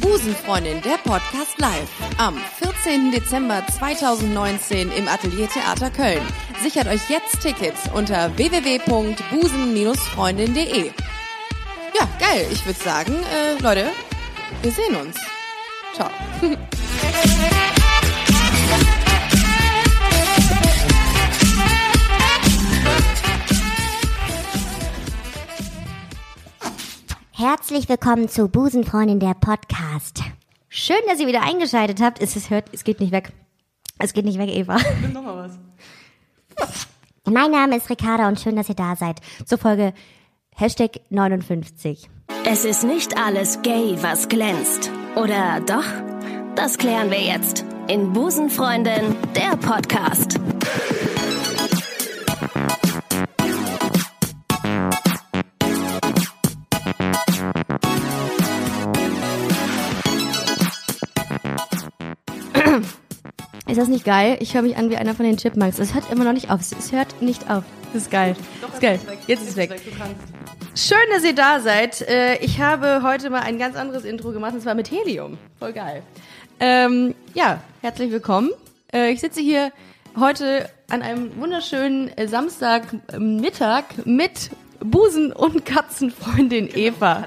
Busenfreundin, der Podcast live. Am 14. Dezember 2019 im Atelier Theater Köln. Sichert euch jetzt Tickets unter www.busen-freundin.de. Ja, geil. Ich würde sagen, äh, Leute, wir sehen uns. Ciao. Herzlich willkommen zu Busenfreundin der Podcast. Schön, dass ihr wieder eingeschaltet habt. Es, es hört, es geht nicht weg. Es geht nicht weg, Eva. Nochmal was. Mein Name ist Ricarda und schön, dass ihr da seid. Zur Folge Hashtag 59. Es ist nicht alles gay, was glänzt. Oder doch? Das klären wir jetzt in Busenfreundin, der Podcast. Ist das nicht geil? Ich höre mich an wie einer von den Chipmunks. Es hört immer noch nicht auf. Es- Es hört nicht auf. Das ist geil. Das ist geil. Jetzt ist es weg. Du kannst. Schön, dass ihr da seid. Äh, Ich habe heute mal ein ganz anderes Intro gemacht, und zwar mit Helium. Voll geil. Ähm, ja, herzlich willkommen. Äh, Ich sitze hier heute an einem wunderschönen äh, Samstagmittag mit Busen- und Katzenfreundin Genau, Eva.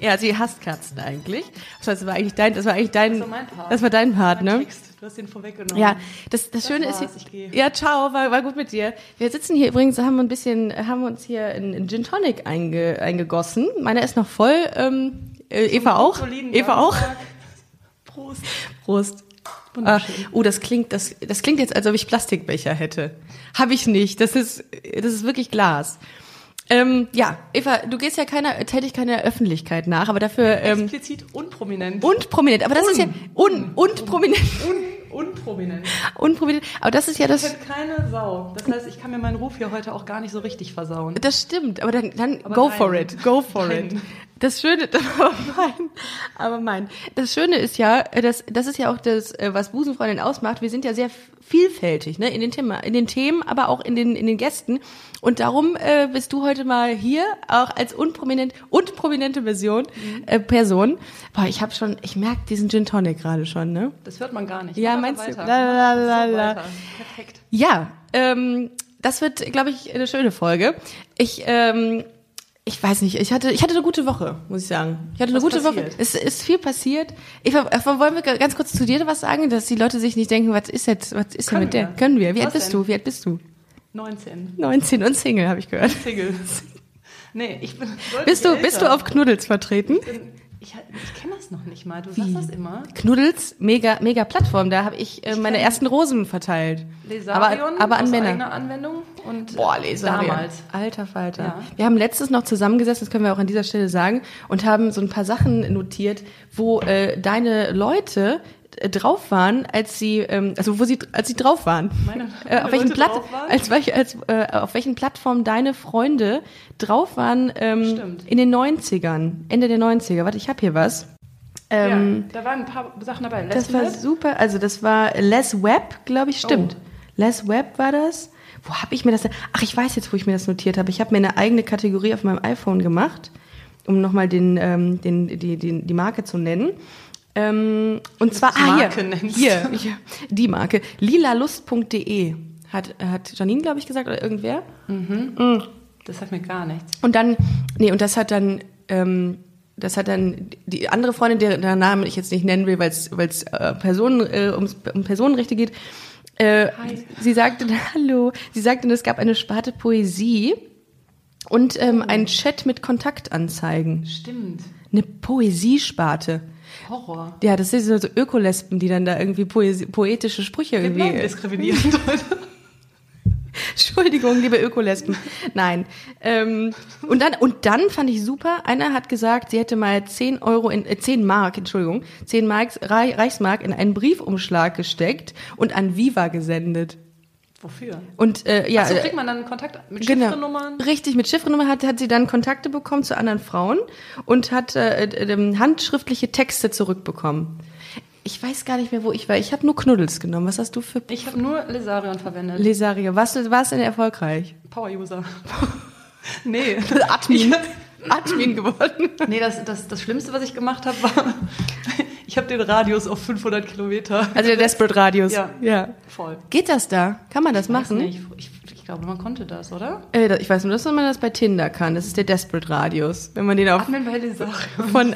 Ja, sie hasst Katzen eigentlich. Das heißt, das war eigentlich dein, das war eigentlich dein, das war, mein Part. dein Part, ne? Text. Du hast den vorweggenommen. Ja, das, das, Schöne war's, ist ich gehe. ja, ciao, war, war gut mit dir. Wir sitzen hier übrigens, haben ein bisschen, haben uns hier einen Gin Tonic einge, eingegossen. Meiner ist noch voll. Ähm, äh, Eva auch. Soliden Eva auch. Samstag. Prost. Prost. Ah, oh, das klingt, das, das klingt jetzt, als ob ich Plastikbecher hätte. Habe ich nicht. Das ist, das ist wirklich Glas. Ähm, ja, Eva, du gehst ja keiner Tätigkeit in der Öffentlichkeit nach, aber dafür ähm, Explizit unprominent. und prominent. Aber das ist ja un, und prominent, Un unprominent. unprominent. Aber das ist ja das. Ich bin keine Sau. Das heißt, ich kann mir meinen Ruf hier heute auch gar nicht so richtig versauen. Das stimmt, aber dann, dann go nein. for it, go for it. Nein. Das Schöne, aber mein, aber mein. Das Schöne ist ja, das, das ist ja auch das, äh, was Busenfreundin ausmacht. Wir sind ja sehr vielfältig, ne, in den Thema, in den Themen, aber auch in den, in den Gästen. Und darum äh, bist du heute mal hier, auch als unprominent und prominente Version, Mhm. äh, Person. Boah, ich habe schon, ich merk diesen Gin Tonic gerade schon, ne? Das hört man gar nicht. Ja, Mach meinst einfach du? weiter. La, la, la, So la. weiter. Perfekt. Ja, ähm, das wird, glaube ich, eine schöne Folge. Ich, ähm, ich weiß nicht, ich hatte, ich hatte eine gute Woche, muss ich sagen. Ich hatte eine Was gute Woche. passiert? Es ist viel passiert. Eva, Eva, wollen wir ganz kurz zu dir was sagen, dass die Leute sich nicht denken, was ist jetzt, was ist denn Können mit der? wir. Können wir? Wie alt Was bist denn? du? Wie alt bist du? 19. 19 und Single, habe ich gehört. Single. Nee, ich bin. deutlich Bist du, älter. bist du auf Knuddels vertreten? Ich, ich kenne das noch nicht mal. Du sagst das immer. Knuddels, mega, mega Plattform. Da habe ich äh, meine ersten Rosen verteilt. Lesarion aber, aber an aus Männer. eigener Anwendung und Boah, Lesarion. damals. Alter Falter. Ja. Wir haben letztes noch zusammengesessen, das können wir auch an dieser Stelle sagen, und haben so ein paar Sachen notiert, wo äh, deine Leute äh, drauf waren, als sie, ähm, also wo sie, als sie drauf waren. Meine- äh, auf meine welchen Leute Platt, drauf waren? als, welch- als äh, auf welchen Plattformen deine Freunde drauf waren ähm, Stimmt. in den 90ern, Ende der 90er. Warte, ich habe hier was. Ähm, ja, da waren ein paar Sachen dabei. das war super. Also das war Les Webb, glaube ich, stimmt. Oh. Les Webb war das. Wo habe ich mir das? denn- Ach, ich weiß jetzt, wo ich mir das notiert habe. Ich habe mir eine eigene Kategorie auf meinem iPhone gemacht, um nochmal den, ähm, den, die, die, die Marke zu nennen. Ähm, und zwar du ah, hier, Marke nennst. hier, hier, die Marke lilalust.de E. hat hat Janine, glaube ich, gesagt oder irgendwer. das sagt mir gar nichts. Und dann, nee, und das hat dann, ähm, das hat dann die andere Freundin, deren deren Namen ich jetzt nicht nennen will, weil es äh, Personen, äh, ums, um Personenrechte geht. Äh, sie sagte, hallo, sie sagte, es gab eine Sparte Poesie und ähm, einen Chat mit Kontaktanzeigen. Stimmt. Eine Poesiesparte. Horror. Ja, das sind so, so Ökolespen, die dann da irgendwie Poesi poetische Sprüche irgendwie. Genau, diskriminierend heute. Entschuldigung, liebe Ökolesben. Nein. Ähm, und, dann, und dann fand ich super, einer hat gesagt, sie hätte mal 10 Euro in, äh, 10 Mark, Entschuldigung, 10 Marks, Reich, Reichsmark in einen Briefumschlag gesteckt und an Viva gesendet. Wofür? Und äh, ja, so äh, genau. kriegt man dann Kontakt mit Chiffrenummern. Richtig, mit Chiffrenummer hat, hat sie dann Kontakte bekommen zu anderen Frauen und hat äh, äh, ähm, handschriftliche Texte zurückbekommen. Ich weiß gar nicht mehr, wo ich war. Ich habe nur Knuddels genommen. Was hast du für Ich habe nur Lesarion verwendet. Lesario? Was war es denn erfolgreich? Power-User. nee. Admin. Admin geworden. Nee, das, das, das Schlimmste, was ich gemacht habe, war, ich habe den Radius auf 500 Kilometer. Also der Desperate Radius. Ja. ja. Voll. Geht das da? Kann man das machen? Nee, ich, ich, ich glaube, man konnte das, oder? Äh, da- ich weiß nur, dass man das bei Tinder kann. Das ist der Desperate Radius. Wenn man den auf Admin bei den Sachen. von,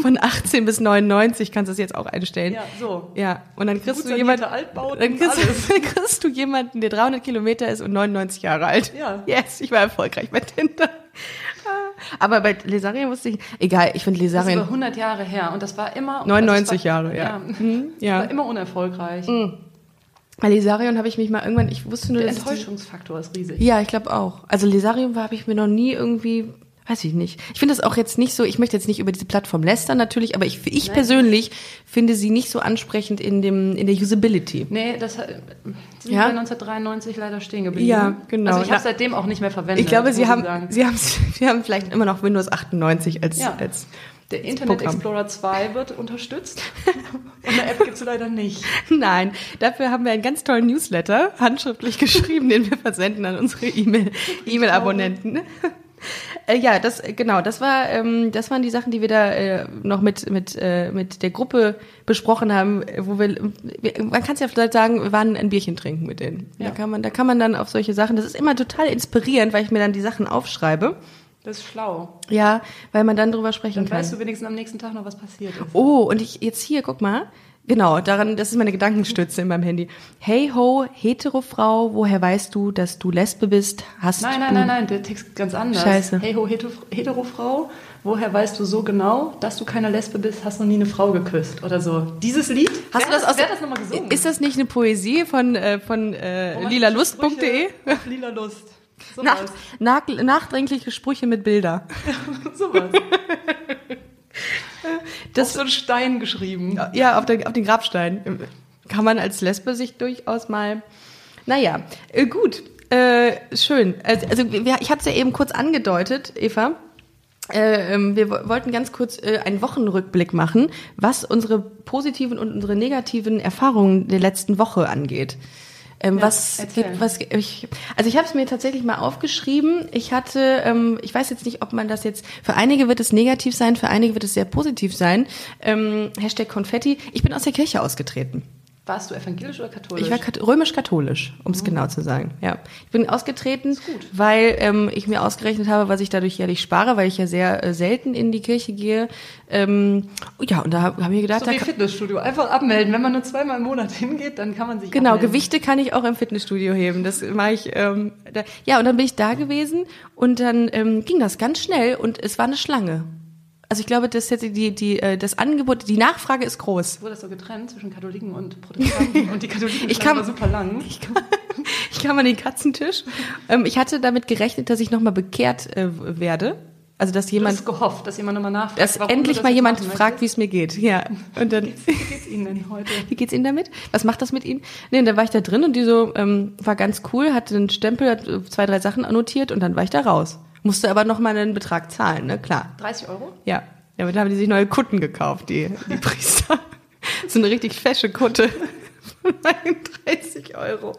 von 18 bis 99 kannst du das jetzt auch einstellen. Ja, so. Ja, und dann kriegst Gut du jemanden, sanierte Altbauten, dann kriegst, alles. du, kriegst du jemanden, der 300 Kilometer ist und 99 Jahre alt. Ja. Yes, ich war erfolgreich bei Tinder. Ah, Aber bei Lesarien wusste ich, egal, ich finde Das ist über Lesarien 100 Jahre her und das war immer... 99 das war- Jahre, ja. Mhm, Ja. ja. War immer unerfolgreich. Bei Lesarion habe ich mich mal irgendwann, ich wusste nur, Der dass es diese- Enttäuschungsfaktor ist riesig. Ja, ich glaube auch. Also Lesarium habe ich mir noch nie irgendwie, weiß ich nicht. Ich finde das auch jetzt nicht so, ich möchte jetzt nicht über diese Plattform lästern natürlich, aber ich, ich persönlich finde sie nicht so ansprechend in, dem, in der Usability. Nee, das hat- sind Ja? wir 1993 leider stehen geblieben. Ja, ne? genau. Also ich habe Na- seitdem auch nicht mehr verwendet. Ich glaube, sie muss haben, sagen. sie, haben, sie haben vielleicht immer noch Windows 98 als, Ja. als der Internet Programm. Explorer 2 wird unterstützt und eine App gibt's leider nicht. Nein, dafür haben wir einen ganz tollen Newsletter, handschriftlich geschrieben, den wir versenden an unsere E-Mail- E-Mail-Abonnenten. Äh, ja, das äh, genau, das war ähm, das waren die Sachen, die wir da äh, noch mit mit äh, mit der Gruppe besprochen haben, äh, wo wir, wir man kann es ja vielleicht sagen, wir waren ein Bierchen trinken mit denen. Da Ja. kann man da kann man dann auf solche Sachen, das ist immer total inspirierend, weil ich mir dann die Sachen aufschreibe. Das ist schlau. Ja, weil man dann drüber sprechen Dann kann. weißt du wenigstens am nächsten Tag noch, was passiert ist. Oh, und ich jetzt hier, guck mal. Genau, daran, das ist meine Gedankenstütze in meinem Handy. Hey ho, hetero Frau, woher weißt du, dass du Lesbe bist? Hast Nein, nein, du nein, nein, der Text ist ganz anders. Scheiße. Hey ho, hetero, hetero Frau, woher weißt du so genau, dass du keine Lesbe bist, hast noch nie eine Frau geküsst oder so. Dieses Lied? Hast wer du das hat- aus Wer hat das nochmal gesungen? Ist das nicht eine Poesie von äh, von äh, lilalust.de? Sprüche auf Lila Lust. So Nach, was. nach, nachdenkliche Sprüche mit Bilder. So was. Das- Das ist so ein Stein geschrieben. Ja, auf, der, auf den Grabstein. Kann man als Lesbe sich durchaus mal. Naja, äh, gut, äh, schön. Also, also wir, ich habe es ja eben kurz angedeutet, Eva. Äh, ähm, wir wo- wollten ganz kurz äh, einen Wochenrückblick machen, was unsere positiven und unsere negativen Erfahrungen der letzten Woche angeht. Ähm, was erzähl. gibt, was ich, also ich habe es mir tatsächlich mal aufgeschrieben. Ich hatte, ähm, ich weiß jetzt nicht, ob man das jetzt, für einige wird es negativ sein, für einige wird es sehr positiv sein. Ähm, Hashtag Konfetti. Ich bin aus der Kirche ausgetreten. Warst du evangelisch oder katholisch? Ich war kat- römisch-katholisch, um es Mhm. genau zu sagen. Ja, ich bin ausgetreten, weil ähm, ich mir ausgerechnet habe, was ich dadurch jährlich spare, weil ich ja sehr äh, selten in die Kirche gehe. Ähm, ja, und da habe hab ich mir gedacht, so da wie kann- Fitnessstudio. Einfach abmelden. Wenn man nur zweimal im Monat hingeht, dann kann man sich Genau, abmelden. Gewichte kann ich auch im Fitnessstudio heben. Das mache ich. Ähm, da, ja, und dann bin ich da gewesen und dann ähm, ging das ganz schnell und es war eine Schlange. Also ich glaube, das hätte die, die, äh, das Angebot, die Nachfrage ist groß. Wurde das so getrennt zwischen Katholiken und Protestanten? und die Katholiken Ich kam- waren super lang. Ich kam an den Katzentisch. Ähm, ich hatte damit gerechnet, dass ich nochmal bekehrt äh, werde. Also dass Du jemand, hast gehofft, dass jemand nochmal nachfragt. dass warum du endlich das mal jetzt jemand machen fragt, wie möchtest. es mir geht. Ja. Und dann Wie geht's Ihnen denn heute? wie geht's Ihnen damit? Was macht das mit Ihnen? Nee, und dann war ich da drin und die so, ähm, war ganz cool, hatte einen Stempel, hat äh, zwei, drei Sachen annotiert und dann war ich da raus. Musste aber nochmal einen Betrag zahlen, ne? Klar. 30 Euro? Ja. Damit haben die sich neue Kutten gekauft, die, die Priester. so eine richtig fesche Kutte. Von meinen 30 Euro.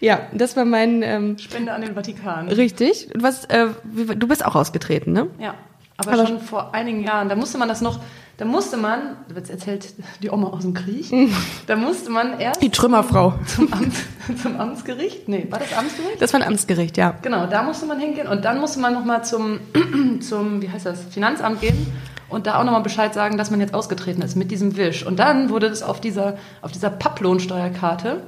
Ja, das war mein, ähm, Spende an den Vatikan. richtig. Und was, äh, wie, du bist auch ausgetreten, ne? Ja, aber, Aber- schon vor einigen Jahren, da musste man das noch, da musste man, jetzt erzählt die Oma aus dem Krieg, Mhm. da musste man erst Die Trümmerfrau. zum, Amt, zum Amtsgericht, nee, war das Amtsgericht? Das war ein Amtsgericht, ja. Genau, da musste man hingehen und dann musste man nochmal zum, zum, wie heißt das, Finanzamt gehen und da auch nochmal Bescheid sagen, dass man jetzt ausgetreten ist mit diesem Wisch. Und dann wurde das auf dieser, auf dieser Papplohnsteuerkarte,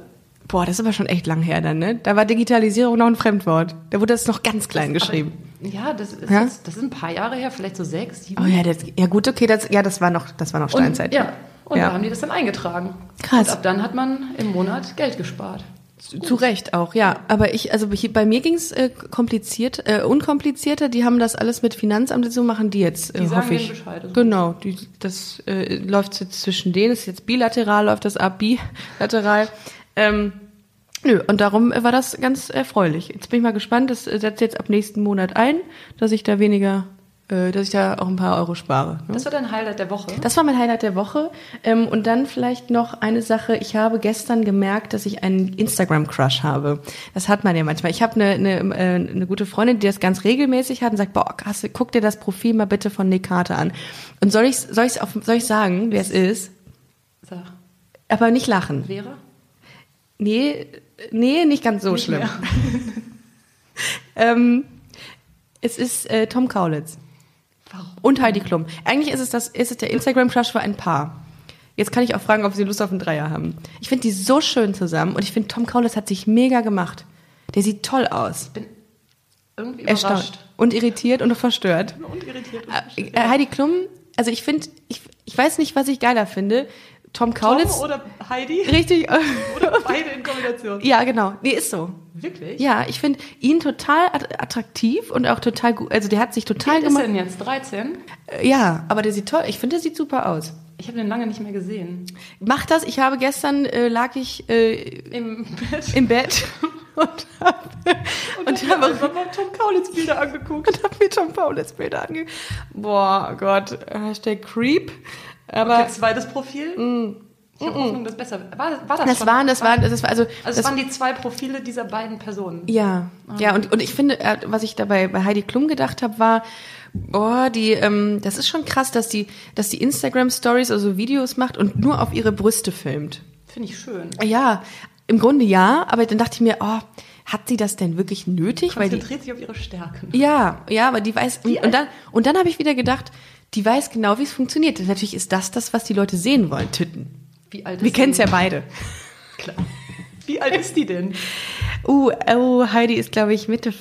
Boah, das ist aber schon echt lang her dann, ne? Da war Digitalisierung noch ein Fremdwort. Da wurde das noch ganz klein geschrieben. ja, das ist, Ja? Jetzt, das ist ein paar Jahre her, vielleicht so sechs, sieben. Oh ja, das, ja gut, okay, das, ja, das war noch, das war noch Und, Steinzeit. ja, und Ja. da haben die das dann eingetragen. Krass. Und ab dann hat man im Monat Geld gespart. Zu- Zu Recht auch, ja. Aber ich, also hier, bei mir ging's äh, kompliziert, äh, unkomplizierter. Die haben das alles mit Finanzamt, so machen die jetzt, äh, Die sagen hoffe ich. denen Bescheid, also. genau, die, das äh, läuft jetzt zwischen denen, ist jetzt bilateral, läuft das ab, bilateral. Ähm, nö, und darum äh, war das ganz erfreulich. Jetzt bin ich mal gespannt, das äh, setzt jetzt ab nächsten Monat ein, dass ich da weniger äh, dass ich da auch ein paar Euro spare. Ne? Das war dein Highlight der Woche. Das war mein Highlight der Woche. Ähm, und dann vielleicht noch eine Sache. Ich habe gestern gemerkt, dass ich einen Instagram-Crush habe. Das hat man ja manchmal. Ich habe eine, eine, äh, eine gute Freundin, die das ganz regelmäßig hat und sagt, boah, krass, guck dir das Profil mal bitte von Nick Carter an. Und soll ich soll ich's auf, soll ich sagen, wer es ist? Sag, Aber nicht lachen. Vera? Nee, nee, nicht ganz so schlimm. ähm, es ist äh, Tom Kaulitz. Warum? Und Heidi Klum. Eigentlich ist es, das, ist es der Instagram-Crush für ein Paar. Jetzt kann ich auch fragen, ob sie Lust auf einen Dreier haben. Ich finde die so schön zusammen und ich finde, Tom Kaulitz hat sich mega gemacht. Der sieht toll aus. Irgendwie Erstaunt. überrascht. Und irritiert und verstört. Und irritiert. Äh, Heidi Klum, also ich finde, ich, ich weiß nicht, was ich geiler finde. Tom Kaulitz. Tom oder Heidi? richtig. Oder beide in Kombination. ja, genau. Nee, ist so. Wirklich? Ja, ich finde ihn total att- attraktiv und auch total gut. Also der hat sich Wie total alt ist er gemacht. denn jetzt? 13? Äh, Ja, aber der sieht toll. Ich finde, der sieht super aus. Ich habe den lange nicht mehr gesehen. Mach das. Ich habe gestern äh, lag ich äh, Im Bett. im Bett und habe und hab habe einfach mal Tom Kaulitz Bilder angeguckt. und hab mir Tom Paulus Bilder ange. Boah, Gott, Hashtag Creep. Aber Mm. Jetzt zweites Profil. Ich habe Hoffnung, das besser. War, war das, das schon? waren, das waren, das war also, Also es waren die zwei Profile dieser beiden Personen. Ja, ja, und, und ich finde, äh, was ich dabei bei Heidi Klum gedacht habe, war, boah, die, ähm, das ist schon krass, dass die, dass die Instagram-Stories oder so Videos macht und nur auf ihre Brüste filmt. Finde ich schön. Ja, im Grunde ja, aber dann dachte ich mir, oh, hat sie das denn wirklich nötig? Weil die, Konzentriert sich auf ihre Stärken. ja, ja, aber die weiß, und, und dann, und dann habe ich wieder gedacht, die weiß genau, wie es funktioniert. Denn natürlich ist das das, was die Leute sehen wollen, Titten. Wie alt ist Wir kennen es die? ja beide. Klar. Wie alt ist die denn? Uh, oh, Heidi ist, glaube ich, Mitte,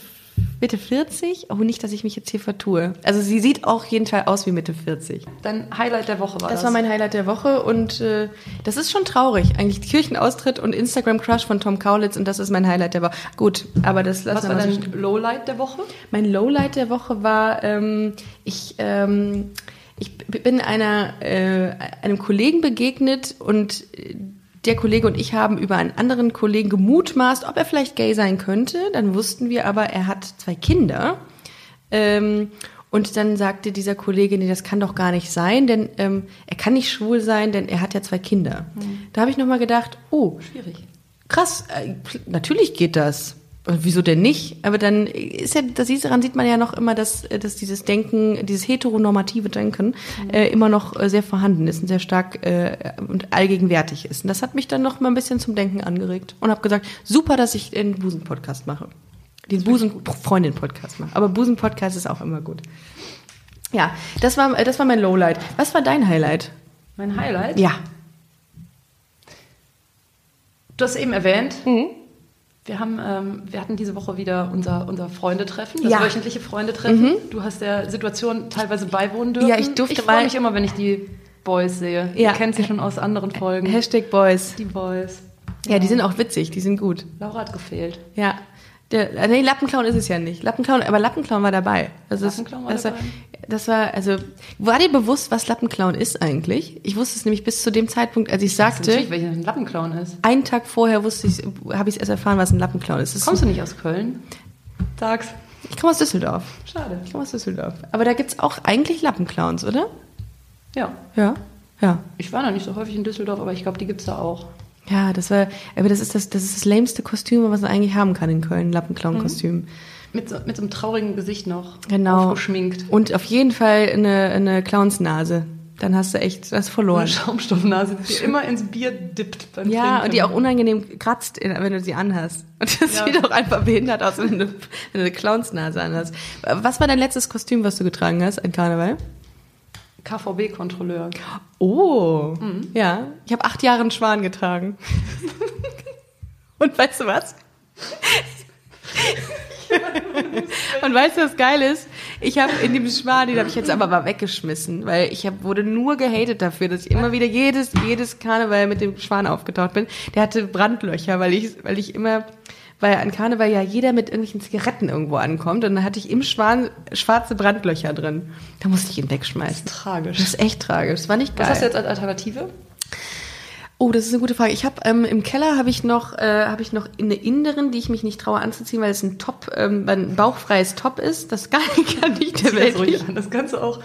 Mitte 40. Oh, nicht, dass ich mich jetzt hier vertue. Also sie sieht auch jeden Fall aus wie Mitte 40. Dein Highlight der Woche war das. Das war mein Highlight der Woche und äh, das ist schon traurig. Eigentlich Kirchenaustritt und Instagram-Crush von Tom Kaulitz und das ist mein Highlight der Woche. Gut, aber das lassen Was wir war mal so dein Lowlight der Woche? mein Lowlight der Woche war, ähm, ich, ähm, ich b- bin einer, äh, einem Kollegen begegnet und äh, der Kollege und ich haben über einen anderen Kollegen gemutmaßt, ob er vielleicht gay sein könnte. Dann wussten wir aber, er hat zwei Kinder. Ähm, und dann sagte dieser Kollege, nee, das kann doch gar nicht sein, denn ähm, er kann nicht schwul sein, denn er hat ja zwei Kinder. Da habe ich nochmal gedacht, oh, Schwierig. krass, äh, pl- natürlich geht das. Äh, Wieso denn nicht? Aber dann ist ja, das ist- daran sieht man ja noch immer, dass, äh, dass dieses Denken, dieses heteronormative Denken äh, immer noch äh, sehr vorhanden ist und sehr stark äh, und allgegenwärtig ist. Und das hat mich dann noch mal ein bisschen zum Denken angeregt und habe gesagt, super, dass ich den Busen-Podcast mache. Den Busen-Freundin-Podcast mache. Aber Busen-Podcast ist auch immer gut. Ja, das war, äh, das war mein Lowlight. Was war dein Highlight? Mein Highlight? Ja. Du hast es eben erwähnt. Mhm. Wir, haben, ähm, wir hatten diese Woche wieder unser, unser Freundetreffen, das Ja. Mhm. wöchentliche Freundetreffen. Du hast der Situation teilweise beiwohnen dürfen. Ja, ich durfte Ich freue mal- mich immer, wenn ich die Boys sehe. Ja. Äh, Ihr kennt sie schon aus anderen Folgen. Hashtag Boys. die Boys. Ja, die sind auch witzig, die sind gut. Laura hat gefehlt. Ja. Der, äh, nee, Lappenclown ist es ja nicht. Lappenclown, aber Lappenclown war dabei. Also das- Lappenclown war das, dabei. Das war, also, war dir bewusst, was Lappenclown ist eigentlich? Ich wusste es nämlich bis zu dem Zeitpunkt, als ich sagte, Natürlich, weil ich ein Lappenclown ist. einen Tag vorher wusste ich, habe ich es erst erfahren, was ein Lappenclown ist. Das Kommst du nicht aus Köln? Sag's. ist ich komme aus Düsseldorf. Schade. Ich komme aus Düsseldorf. Aber da gibt's auch eigentlich Lappenclowns, oder? Ja. Ja. Ja. Ich war noch nicht so häufig in Düsseldorf, aber ich glaube, die gibt's da auch. Ja, das war, aber das ist das, das ist das lämste Kostüm, was man eigentlich haben kann in Köln, Lappenclown-Kostüm. Mhm. Mit so, mit so einem traurigen Gesicht noch. Genau. Aufgeschminkt. Und auf jeden Fall eine, eine Clownsnase. Dann hast du echt das Eine verloren. Schaumstoffnase, die immer ins Bier dippt beim Ja, Trinken. und die auch unangenehm kratzt, in- wenn du sie anhast. Und das Ja. sieht auch einfach behindert aus, wenn du, wenn du eine Clownsnase anhast. Was war dein letztes Kostüm, was du getragen hast an Karneval? KVB-Kontrolleur. Oh, ja. Ich habe acht Jahre einen Schwan getragen. und weißt du was? und weißt du, was geil ist? Ich habe in dem Schwan, den habe ich jetzt aber mal weggeschmissen, weil ich hab, wurde nur gehatet dafür, dass ich immer wieder jedes, jedes Karneval mit dem Schwan aufgetaucht bin. Der hatte Brandlöcher, weil ich, weil ich immer weil an Karneval ja jeder mit irgendwelchen Zigaretten irgendwo ankommt und dann hatte ich im Schwan schwarze Brandlöcher drin. Da musste ich ihn wegschmeißen. Tragisch. Das ist echt tragisch. Das war nicht geil. Was hast du jetzt als Alternative? Oh, das ist eine gute Frage. Ich habe ähm, im Keller habe ich noch äh, habe ich noch eine Inderin, die ich mich nicht traue anzuziehen, weil es ein Top, ähm, ein bauchfreies Top ist. Das kann, kann nicht der Das, Welt ruhig nicht. an. das kannst du auch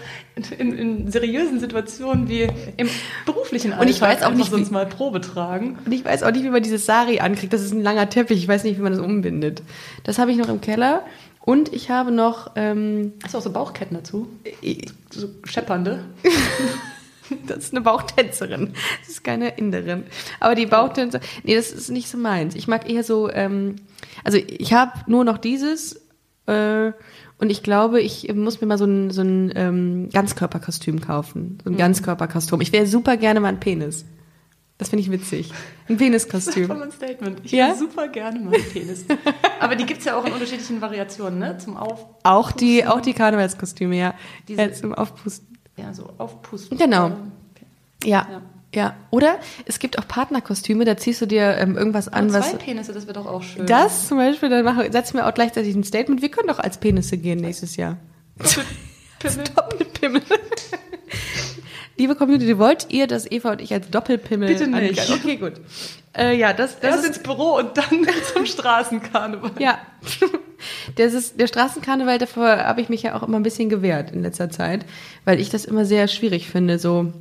in, in seriösen Situationen wie im beruflichen Alltag ich weiß auch einfach nicht, sonst wie- mal Probe tragen. Und ich weiß auch nicht, wie man dieses Sari ankriegt. Das ist ein langer Teppich. Ich weiß nicht, wie man das umbindet. Das habe ich noch im Keller. Und ich habe noch ähm, Hast du auch so Bauchketten dazu? i- So scheppernde? Das ist eine Bauchtänzerin. Das ist keine Inderin. Aber die Bauchtänzer, nee, das ist nicht so meins. Ich mag eher so, ähm, also ich habe nur noch dieses äh, und ich glaube, ich muss mir mal so ein, so ein ähm, Ganzkörperkostüm kaufen. So ein Ganzkörperkostüm. Ich wäre super gerne mal ein Penis. Das finde ich witzig. Ein Voll Peniskostüm. ein Statement. Ich Ja? ja? super gerne mal einen Penis. Aber die gibt es ja auch in unterschiedlichen Variationen, ne? Zum Auf... Auch die, auch die Karnevalskostüme, ja. Diese- Äh, zum Aufpusten. Ja, so aufpusten. Genau. Okay. Ja. ja. Ja. Oder es gibt auch Partnerkostüme, da ziehst du dir ähm, irgendwas an, Zwei was. Penisse, das wird doch auch schön. Das zum Beispiel, dann mache, setzen wir auch gleichzeitig ein Statement. Wir können doch als Penisse gehen nächstes Jahr. Pimmel. Doppelpimmel. Liebe Community, wollt ihr, dass Eva und ich als Doppelpimmel Bitte nicht. angehen? Okay, gut. Äh, ja, das, das, Erst ist, ins Büro und dann zum Straßenkarneval. ja. Das ist der Straßenkarneval, davor habe ich mich ja auch immer ein bisschen gewehrt in letzter Zeit, weil ich das immer sehr schwierig finde, so,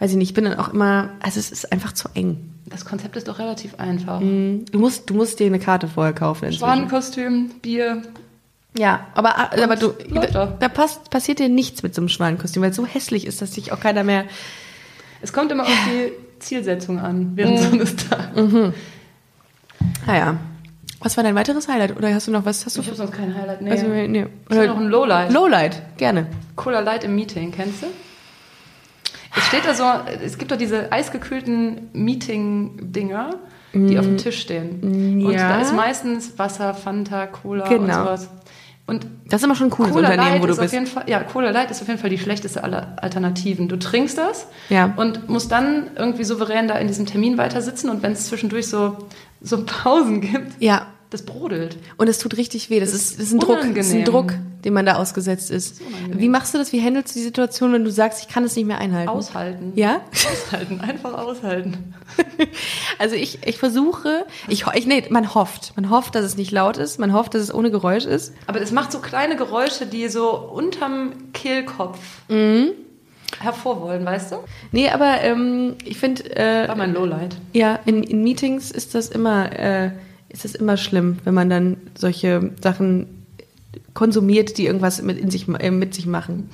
weiß ich nicht, ich bin dann auch immer, also es ist einfach zu eng. Das Konzept ist doch relativ einfach. Du musst, du musst dir eine Karte vorher kaufen. inzwischen. Schwanenkostüm, Bier. Ja, aber, ah, aber du, läuft da, doch. da passt, passiert dir nichts mit so einem Schwanenkostüm, weil so hässlich ist, dass dich auch keiner mehr. Es kommt immer auf die Zielsetzung an während Mm. so eines Tages. Naja. Was war dein weiteres Highlight? Oder hast du noch was? Hast du Ich habe sonst kein Highlight. Nee. was- Also, nee. ich hab noch ein Lowlight. Lowlight, gerne. Cola Light im Meeting, kennst du? Es steht da so, es gibt doch diese eisgekühlten Meeting-Dinger, die auf dem Tisch stehen. Und Mm. ja. da ist meistens Wasser, Fanta, Cola und Genau. sowas. Und Das ist immer schon ein cooles Cola Unternehmen, Light wo du ist auf bist. jeden Fall, ja, Cola Light ist auf jeden Fall die schlechteste aller Alternativen. Du trinkst das Ja. und musst dann irgendwie souverän da in diesem Termin weiter sitzen und wenn es zwischendurch so, so Pausen gibt, Ja. das brodelt. Und es tut richtig weh. Das ist, das ist ein Druck. Das ist ein unangenehm. Druck, dem man da ausgesetzt ist. unangenehm. Wie machst du das? Wie handelst du die Situation, wenn du sagst, ich kann es nicht mehr einhalten? Aushalten. Ja? Aushalten, einfach aushalten. Also ich, ich versuche, ich, ho- ich, nee, man hofft. Man hofft, dass es nicht laut ist. Man hofft, dass es ohne Geräusch ist. Aber es macht so kleine Geräusche, die so unterm Kehlkopf Mhm. hervorwollen, weißt du? Nee, aber ähm, ich finde, äh, War mein Lowlight. Ja, in, in Meetings ist das immer, äh, ist das immer schlimm, wenn man dann solche Sachen konsumiert, die irgendwas mit, in sich, äh, mit sich machen.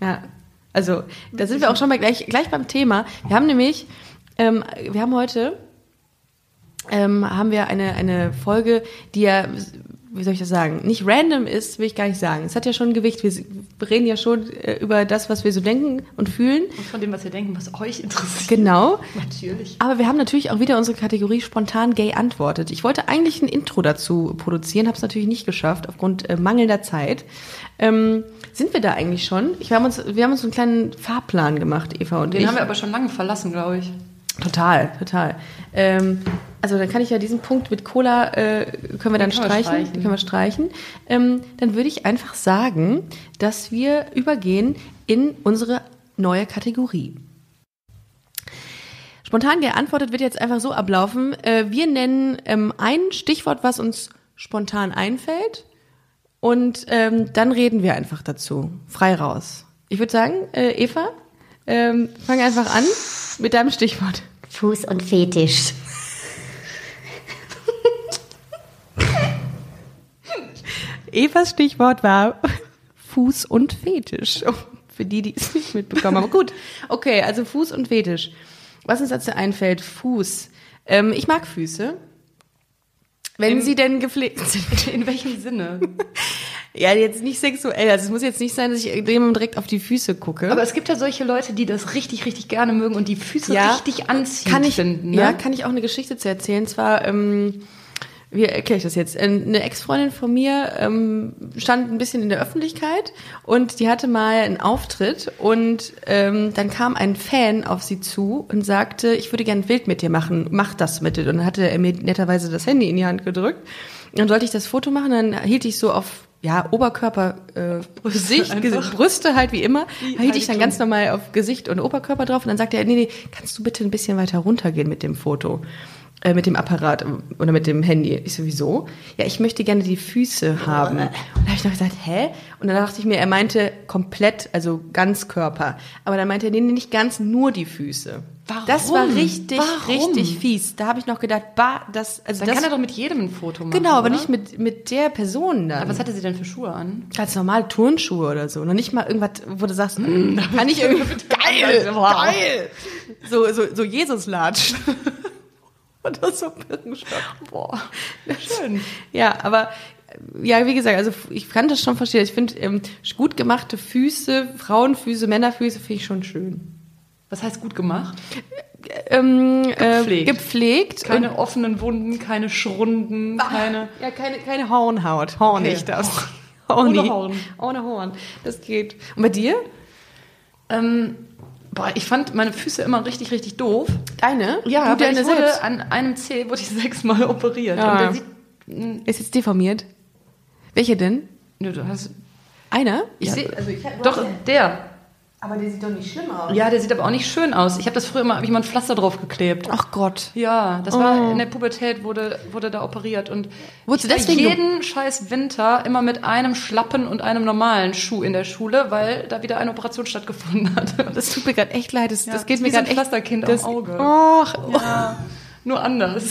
Ja. Also, da sind wir auch schon mal gleich, gleich beim Thema. Wir haben nämlich, ähm, wir haben heute, ähm, haben wir eine, eine Folge, die ja, wie soll ich das sagen, nicht random ist, will ich gar nicht sagen. Es hat ja schon ein Gewicht. Wir s- reden ja schon äh, über das, was wir so denken und fühlen. Und von dem, was ihr denken, was euch interessiert. Genau. Natürlich. Aber wir haben natürlich auch wieder unsere Kategorie spontan gay antwortet. Ich wollte eigentlich ein Intro dazu produzieren, habe es natürlich nicht geschafft aufgrund äh, mangelnder Zeit. Ähm, sind wir da eigentlich schon? Ich, wir, haben uns, wir haben uns einen kleinen Fahrplan gemacht, Eva und Den ich. haben wir aber schon lange verlassen, glaube ich. total, total. Ähm, also dann kann ich ja diesen Punkt mit Cola äh, können wir dann können wir streichen. streichen. Den können wir streichen. Ähm, dann würde ich einfach sagen, dass wir übergehen in unsere neue Kategorie. Spontan geantwortet wird jetzt einfach so ablaufen. Äh, wir nennen ähm, ein Stichwort, was uns spontan einfällt. Und ähm, dann reden wir einfach dazu. Frei raus. Ich würde sagen, äh, Eva, ähm, fang einfach an mit deinem Stichwort. Fuß und Fetisch. Evas Stichwort war Fuß und Fetisch. Oh, Für die, die es nicht mitbekommen haben. Gut, okay, also Fuß und Fetisch. Was uns dazu einfällt, Fuß. Ähm, ich mag Füße. Wenn sie denn gepflegt sind. In welchem Sinne? Ja, jetzt nicht sexuell. Also es muss jetzt nicht sein, dass ich jemandem direkt auf die Füße gucke. Aber es gibt ja solche Leute, die das richtig, richtig gerne mögen und die Füße Ja. richtig anziehen kann ich, finden. Ne? ja, kann ich auch eine Geschichte zu erzählen. Zwar, ähm, wie erkläre ich das jetzt? Ähm, Eine Ex-Freundin von mir ähm, stand ein bisschen in der Öffentlichkeit und die hatte mal einen Auftritt und ähm, dann kam ein Fan auf sie zu und sagte, ich würde gerne ein Bild mit dir machen, mach das mit dir. Und dann hatte er mir netterweise das Handy in die Hand gedrückt. Und dann sollte ich das Foto machen, dann hielt ich so auf ja, Oberkörper, äh, Gesicht, einfach. Gesi- Brüste halt wie immer, hielt Heidi ich dann Klum. ganz normal auf Gesicht und Oberkörper drauf und dann sagte er, nee, nee, kannst du bitte ein bisschen weiter runtergehen mit dem Foto, äh, mit dem Apparat ähm, oder mit dem Handy. Ich sowieso, ja, ich möchte gerne die Füße haben. Und da habe ich noch gesagt, hä? Und dann dachte ich mir, er meinte komplett, also ganz Körper. Aber dann meinte er, nee, nee, nicht ganz, nur die Füße. Warum? Das war richtig, Warum? richtig fies. Da habe ich noch gedacht, bah, das, also Dann das, kann er doch mit jedem ein Foto machen. genau, aber oder? nicht mit, mit der Person dann. Was hatte sie denn für Schuhe an? Ganz normal Turnschuhe oder so. Noch nicht mal irgendwas, wo du sagst, Hm, kann ich irgendwie. geil! Geil! So, so, so Jesus-Latschen. oder so Birkenstock. Boah. Schön. Ja, aber äh, ja, wie gesagt, also ich kann das schon verstehen. Ich finde ähm, gut gemachte Füße, Frauenfüße, Männerfüße finde ich schon schön. Was heißt gut gemacht? Ähm, Gepflegt. Äh, gepflegt. Keine offenen Wunden, keine Schrunden, keine. und, ja, keine, keine Hornhaut. Hornig Okay. das. Horny. Ohne Horn. Ohne Horn. Das geht. Und bei dir? Ähm, boah, ich fand meine Füße immer richtig, richtig doof. Deine? Ja, du, aber ich deine wurde selbst. an einem Zeh wurde ich sechsmal operiert. Ja. Und der sieht, Ist jetzt deformiert. Welche denn? Nö, du hast, Einer? ich Ja. sehe, also ich doch der. Aber der sieht doch nicht schlimm aus. Ja, der sieht aber auch nicht schön aus. Ich habe das früher immer, habe ich mal ein Pflaster drauf geklebt. Ach Gott. Oh. Ja, das war in der Pubertät wurde wurde da operiert und Wurdest ich du war deswegen ge- jeden scheiß Winter immer mit einem schlappen und einem normalen Schuh in der Schule, weil da wieder eine Operation stattgefunden hat. Das tut mir gerade echt leid. Das, das Ja, geht ist mir wie so ein gerade echt. Pflasterkind am das, Oh. Auge. Och, och, Ja, nur anders.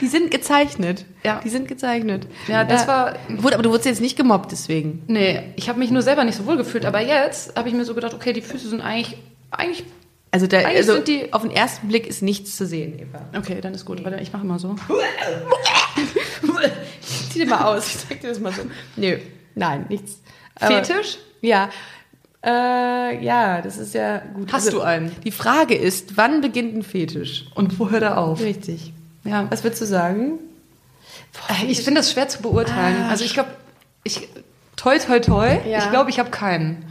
die sind gezeichnet. Ja. Die sind gezeichnet. Ja, das war- Wurde, aber du wurdest jetzt nicht gemobbt deswegen. Nee, ich habe mich nur selber nicht so wohl gefühlt, aber jetzt habe ich mir so gedacht, okay, die Füße sind eigentlich eigentlich Also, da, Eigentlich also sind die- auf den ersten Blick ist nichts zu sehen, Eva. Okay, dann ist gut, weil ich mache immer so. Zieh dir mal aus. Ich zeig dir das mal so. Nö, nein, nichts. Aber- Fetisch? Ja. Äh, ja, das ist ja gut. Also Hast du einen? Die Frage ist, wann beginnt ein Fetisch? Und wo hört er auf? Richtig. Ja. Was würdest du sagen? Äh, Ich finde das schwer zu beurteilen. Also ich glaube, ich toi toi toi, Ah. Ja. ich glaube, ich habe keinen.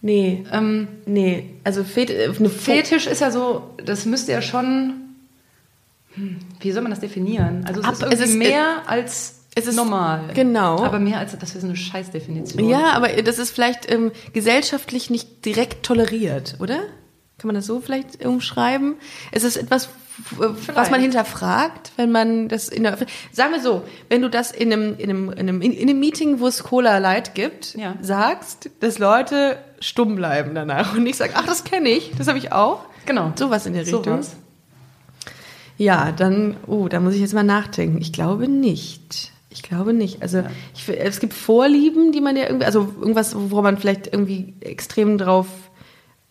Nee, Ähm, nee. Also Fet äh, eine Fet Fetisch ist ja so, das müsste ja schon. Hm, Wie soll man das definieren? Also es Ab- ist irgendwie es ist- äh, mehr als es ist- normal. genau. Aber mehr als das wäre so eine Scheißdefinition. Ja, aber das ist vielleicht ähm, gesellschaftlich nicht direkt toleriert, oder? Kann man das so vielleicht umschreiben? Es ist etwas, w- was man hinterfragt, wenn man das in der sagen wir so, wenn du das in einem in einem in einem, in einem Meeting, wo es Cola Light gibt, Ja. sagst, dass Leute stumm bleiben danach und nicht sagen, ach, das kenne ich, das habe ich auch. Genau. Sowas in der Richtung. Sowas. Ja, dann, oh, da muss ich jetzt mal nachdenken. Ich glaube nicht. Ich glaube nicht. Also ich, es gibt Vorlieben, die man ja irgendwie, also irgendwas, wo man vielleicht irgendwie extrem drauf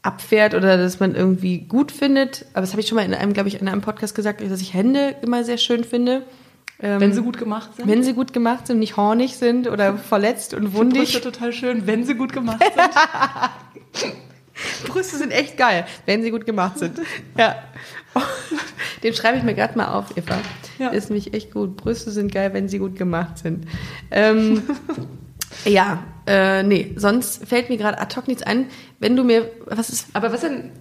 abfährt oder dass man irgendwie gut findet. Aber das habe ich schon mal in einem, glaube ich, in einem Podcast gesagt, dass ich Hände immer sehr schön finde. Ähm, Wenn sie gut gemacht sind. wenn sie gut gemacht sind, nicht hornig sind oder verletzt und Brüste wundig. total schön, wenn sie gut gemacht sind. Brüste sind echt geil, wenn sie gut gemacht sind. Ja. Den schreibe ich mir gerade mal auf, Eva. Ja. Ist nämlich echt gut. Brüste sind geil, wenn sie gut gemacht sind. Ähm, ja, äh, nee, sonst fällt mir gerade ad hoc nichts ein. Wenn du mir, was ist, Aber was denn?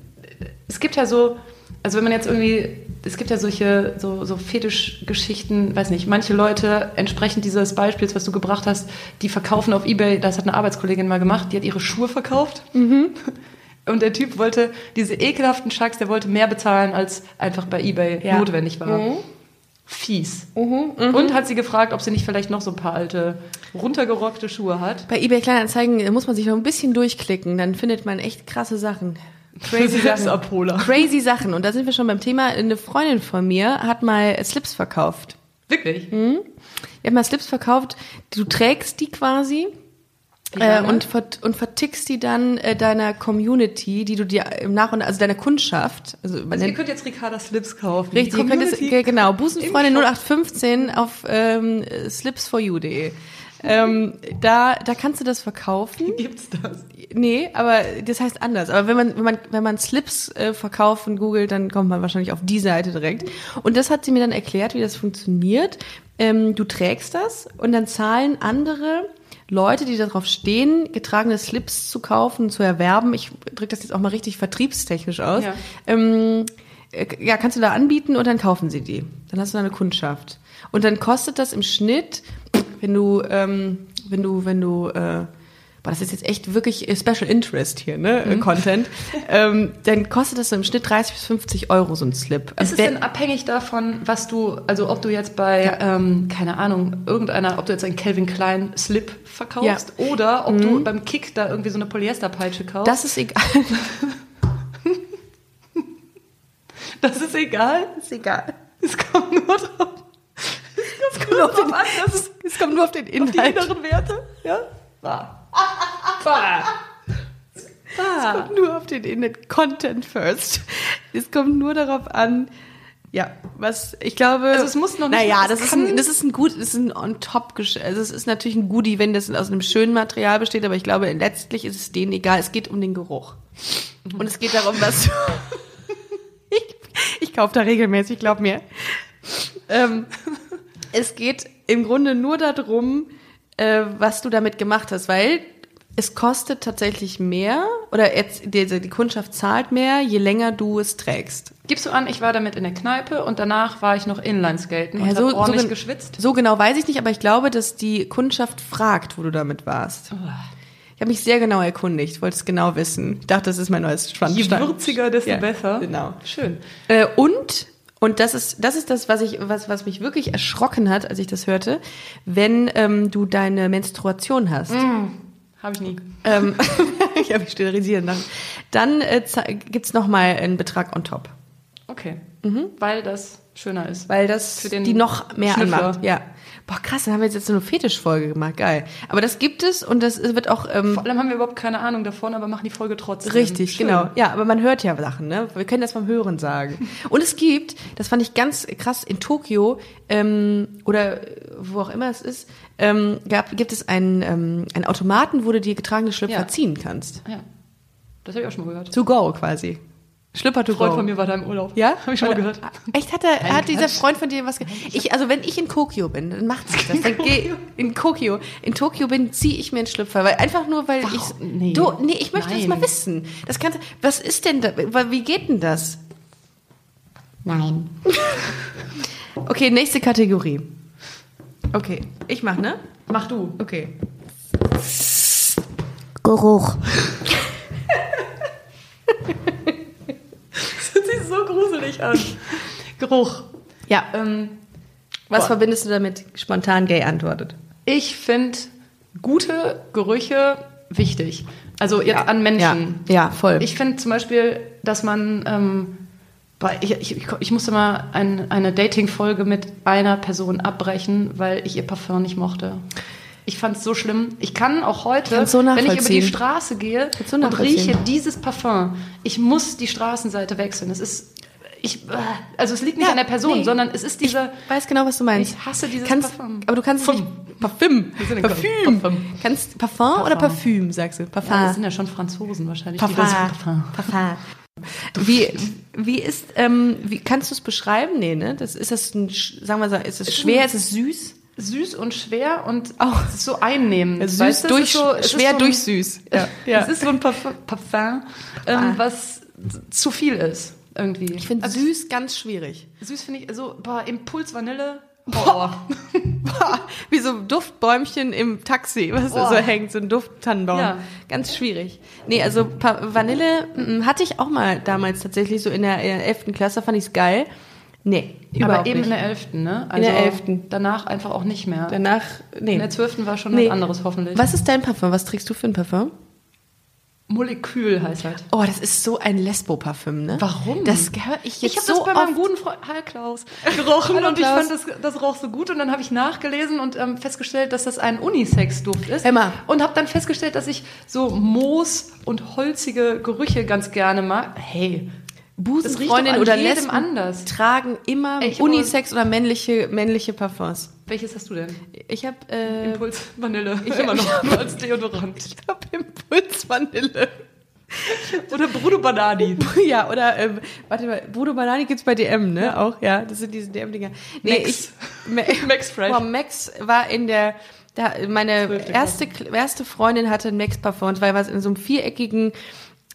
Es gibt ja so, also wenn man jetzt irgendwie, es gibt ja solche so, so Fetischgeschichten, weiß nicht, manche Leute, entsprechend dieses Beispiels, was du gebracht hast, die verkaufen auf Ebay, das hat eine Arbeitskollegin mal gemacht, die hat ihre Schuhe verkauft. Mhm. Und der Typ wollte, diese ekelhaften Schacks, der wollte mehr bezahlen, als einfach bei Ebay notwendig war. Mhm. Fies. Und hat sie gefragt, ob sie nicht vielleicht noch so ein paar alte, runtergerockte Schuhe hat. bei eBay Kleinanzeigen äh, muss man sich noch ein bisschen durchklicken, dann findet man echt krasse Sachen. Crazy Sachen. Selbstabholer. Crazy Sachen. Und da sind wir schon beim Thema. Eine Freundin von mir hat mal Slips verkauft. Wirklich. Ich habe mal Slips verkauft. Du trägst die quasi äh, lange? und, vert und vertickst die dann äh, deiner Community, die du dir im Nach- und also deiner Kundschaft, also, man Also ihr nennt, könnt jetzt Ricarda Slips kaufen. richtig, ihr könnt es, Community- ge- genau, Busenfreunde Im Shop. 0815 auf ähm, slips4you.de. ähm, da, da kannst du das verkaufen. Gibt's das? Nee, aber das heißt anders. Aber wenn man, wenn man, wenn man Slips äh, verkaufen googelt, dann kommt man wahrscheinlich auf die Seite direkt. Und das hat sie mir dann erklärt, wie das funktioniert. Ähm, du trägst das und dann zahlen andere Leute, die darauf stehen, getragene Slips zu kaufen, zu erwerben. Ich drücke das jetzt auch mal richtig vertriebstechnisch aus. Ja. Ähm, äh, ja, kannst du da anbieten und dann kaufen sie die. Dann hast du da eine Kundschaft. Und dann kostet das im Schnitt, wenn du, ähm, wenn du, wenn du, äh, boah, das ist jetzt echt wirklich äh, Special Interest hier, ne, Mhm. äh, Content, ähm, dann kostet das so im Schnitt 30 bis 50 Euro so ein Slip. Ist Also es wer- denn abhängig davon, was du, also ob du jetzt bei, ähm, keine Ahnung, irgendeiner, ob du jetzt einen Calvin Klein Slip verkaufst oder ob du beim Kick da irgendwie so eine Polyesterpeitsche kaufst? Mhm. das ist egal. das ist egal. ist egal. Es kommt nur drauf. Es kommt nur drauf an, dass es Es kommt nur auf den auf die Inhalt. inneren Werte, ja? Wahr. Wahr. Es kommt nur auf den Inhalt. Content first. Es kommt nur darauf an, ja, was ich glaube. Also es muss noch nicht- Naja, es das ist, kann- ein, das ist ein gut, das ist ein on top. gesch- Also es ist natürlich ein Goodie, wenn das aus einem schönen Material besteht, aber ich glaube letztlich ist es denen egal. Es geht um den Geruch und es geht darum, was. ich ich kaufe da regelmäßig, glaub mir. Ähm, es geht im Grunde nur darum, äh, was du damit gemacht hast, weil es kostet tatsächlich mehr oder jetzt, die, die Kundschaft zahlt mehr, je länger du es trägst. Gibst du an, ich war damit in der Kneipe und danach war ich noch Inlineskaten und hab ordentlich gen- geschwitzt? So genau weiß ich nicht, aber ich glaube, dass die Kundschaft fragt, wo du damit warst. Ich habe mich sehr genau erkundigt, wollte es genau wissen. Ich dachte, das ist mein neues Je Schwanzstein. würziger, desto Ja, besser. Genau. Schön. Äh, und, und das ist, das ist das, was ich, was, was mich wirklich erschrocken hat, als ich das hörte, wenn ähm, du deine Menstruation hast. Mm. Habe ich nie. Ähm, ich habe mich sterilisieren lassen. Dann äh, za- gibt's noch nochmal einen Betrag on top. Okay. Weil das schöner Mhm. ist. Weil das Für den die noch mehr Schnüffler. anmacht. Ja. Boah, krass, dann haben wir jetzt so eine Fetischfolge gemacht. Geil. Aber das gibt es und das wird auch. Ähm, Vor allem haben wir überhaupt keine Ahnung davon, aber machen die Folge trotzdem. Richtig, Schön. genau. Ja, aber man hört ja Sachen, ne? Wir können das beim Hören sagen. Und es gibt, das fand ich ganz krass, in Tokio ähm, oder wo auch immer es ist, ähm, gab, gibt es einen, ähm, einen Automaten, wo du dir getragene Schlüpfer Ja. ziehen kannst. Ah Ja. Das habe ich auch schon mal gehört. To go quasi. Schlüpper to Ein Freund go. von mir war da im Urlaub. Ja? Habe ich schon mal Oder- äh, gehört. Echt, hat, er, hat dieser Quatsch. Freund von dir was ge ich, Also wenn ich in Tokio bin, dann macht sich das. Dann geh, in Tokio. In Tokio bin, ziehe ich mir einen Schlüpfer. Weil, einfach nur, weil Warum? ich... Nee. Du, nee, ich möchte das Nein. mal wissen. Das kannst, was ist denn da? wa- Wie geht denn das? Nein. Okay, nächste Kategorie. Okay, ich mach, ne? Mach du. Okay. Geruch. Das sieht so gruselig an. Geruch. Ja, Ähm, was boah. verbindest du damit? Spontan gay antwortet. ich finde gute Gerüche wichtig. Also jetzt an Menschen. Ja, ja voll. Ähm, Ich finde zum Beispiel, dass man, ähm, bei, ich, ich, ich musste mal ein, eine Dating-Folge mit einer Person abbrechen, weil ich ihr Parfum nicht mochte. Ich fand es so schlimm. Ich kann auch heute, Kann's so wenn ich über die nachvollziehen. Straße gehe Kannst du und nachvollziehen. rieche dieses Parfum, ich muss die Straßenseite wechseln. Es ist, ich, also es liegt nicht Ja, an der Person, nee. sondern es ist dieser, Ich weiß genau, was du meinst. Ich hasse dieses kannst, Parfüm. Aber du kannst es Parfüm. nicht. Parfüm. Wir sind in Parfüm. Köln. Parfüm. Kannst Parfum, oder Parfüm, sagst du? Parfum. ja, Ah, das sind ja schon Franzosen wahrscheinlich. die das Parfum. Parfum. Wie, wie ist, ähm, wie kannst du es beschreiben? Nee, ne? Das, ist das ein, sch- sagen wir so, ist es schwer, ist es süß? Süß und schwer und auch so einnehmend. Süß weißt du? Es durch, ist so- es ist schwer so ein- durch süß. Ja. Ja. Ah. Es ist so ein Parfum, Parfum ähm, was zu viel ist irgendwie. Also Ich finde süß ganz schwierig. süß finde ich also boah, Impuls Vanille. Oh. Boah. Boah, wie so ein Duftbäumchen im Taxi, was da Boah. so hängt, so ein Dufttannenbaum. Ja. Ganz schwierig. Nee, also Pa- Vanille mm, hatte ich auch mal damals tatsächlich so in der, in der 11. Klasse, fand ich's geil. Nee, überhaupt Aber eben nicht. in der 11. Ne? In der 11.. Danach einfach auch nicht mehr. Danach, nee. In der 12. war schon Nee. was anderes hoffentlich. Was ist dein Parfum? Was trägst du für ein Parfum? Molekül heißt halt. Oh, das ist so ein Lesbo-Parfüm, ne? Warum? Das höre ich jetzt Ich habe so das bei meinem oft. guten Freund Hall Klaus gerochen Hallo, und ich Klaus. fand das, das roch so gut und dann habe ich nachgelesen und ähm, festgestellt, dass das ein Unisex-Duft ist Emma. und habe dann festgestellt, dass ich so Moos und holzige Gerüche ganz gerne mag. Hey, das riecht Busenfreundinnen doch an oder jedem Lesben anders. tragen immer Ey, ich hab Unisex oder männliche, männliche Parfums. welches hast du denn? Ich habe äh, Impuls Vanille ich- immer noch nur als Deodorant ich hab Impulsvanille. oder Bruno Banani. Ja, oder, ähm, warte mal, Bruno Banani gibt's bei DM, ne? Auch, ja, das sind diese DM-Dinger. Nee, Max. ich, Ma Max Fresh. Boah, Max war in der, da, meine Zwölfte erste, Kl- erste Freundin hatte ein Max-Parfum und war was in so einem viereckigen,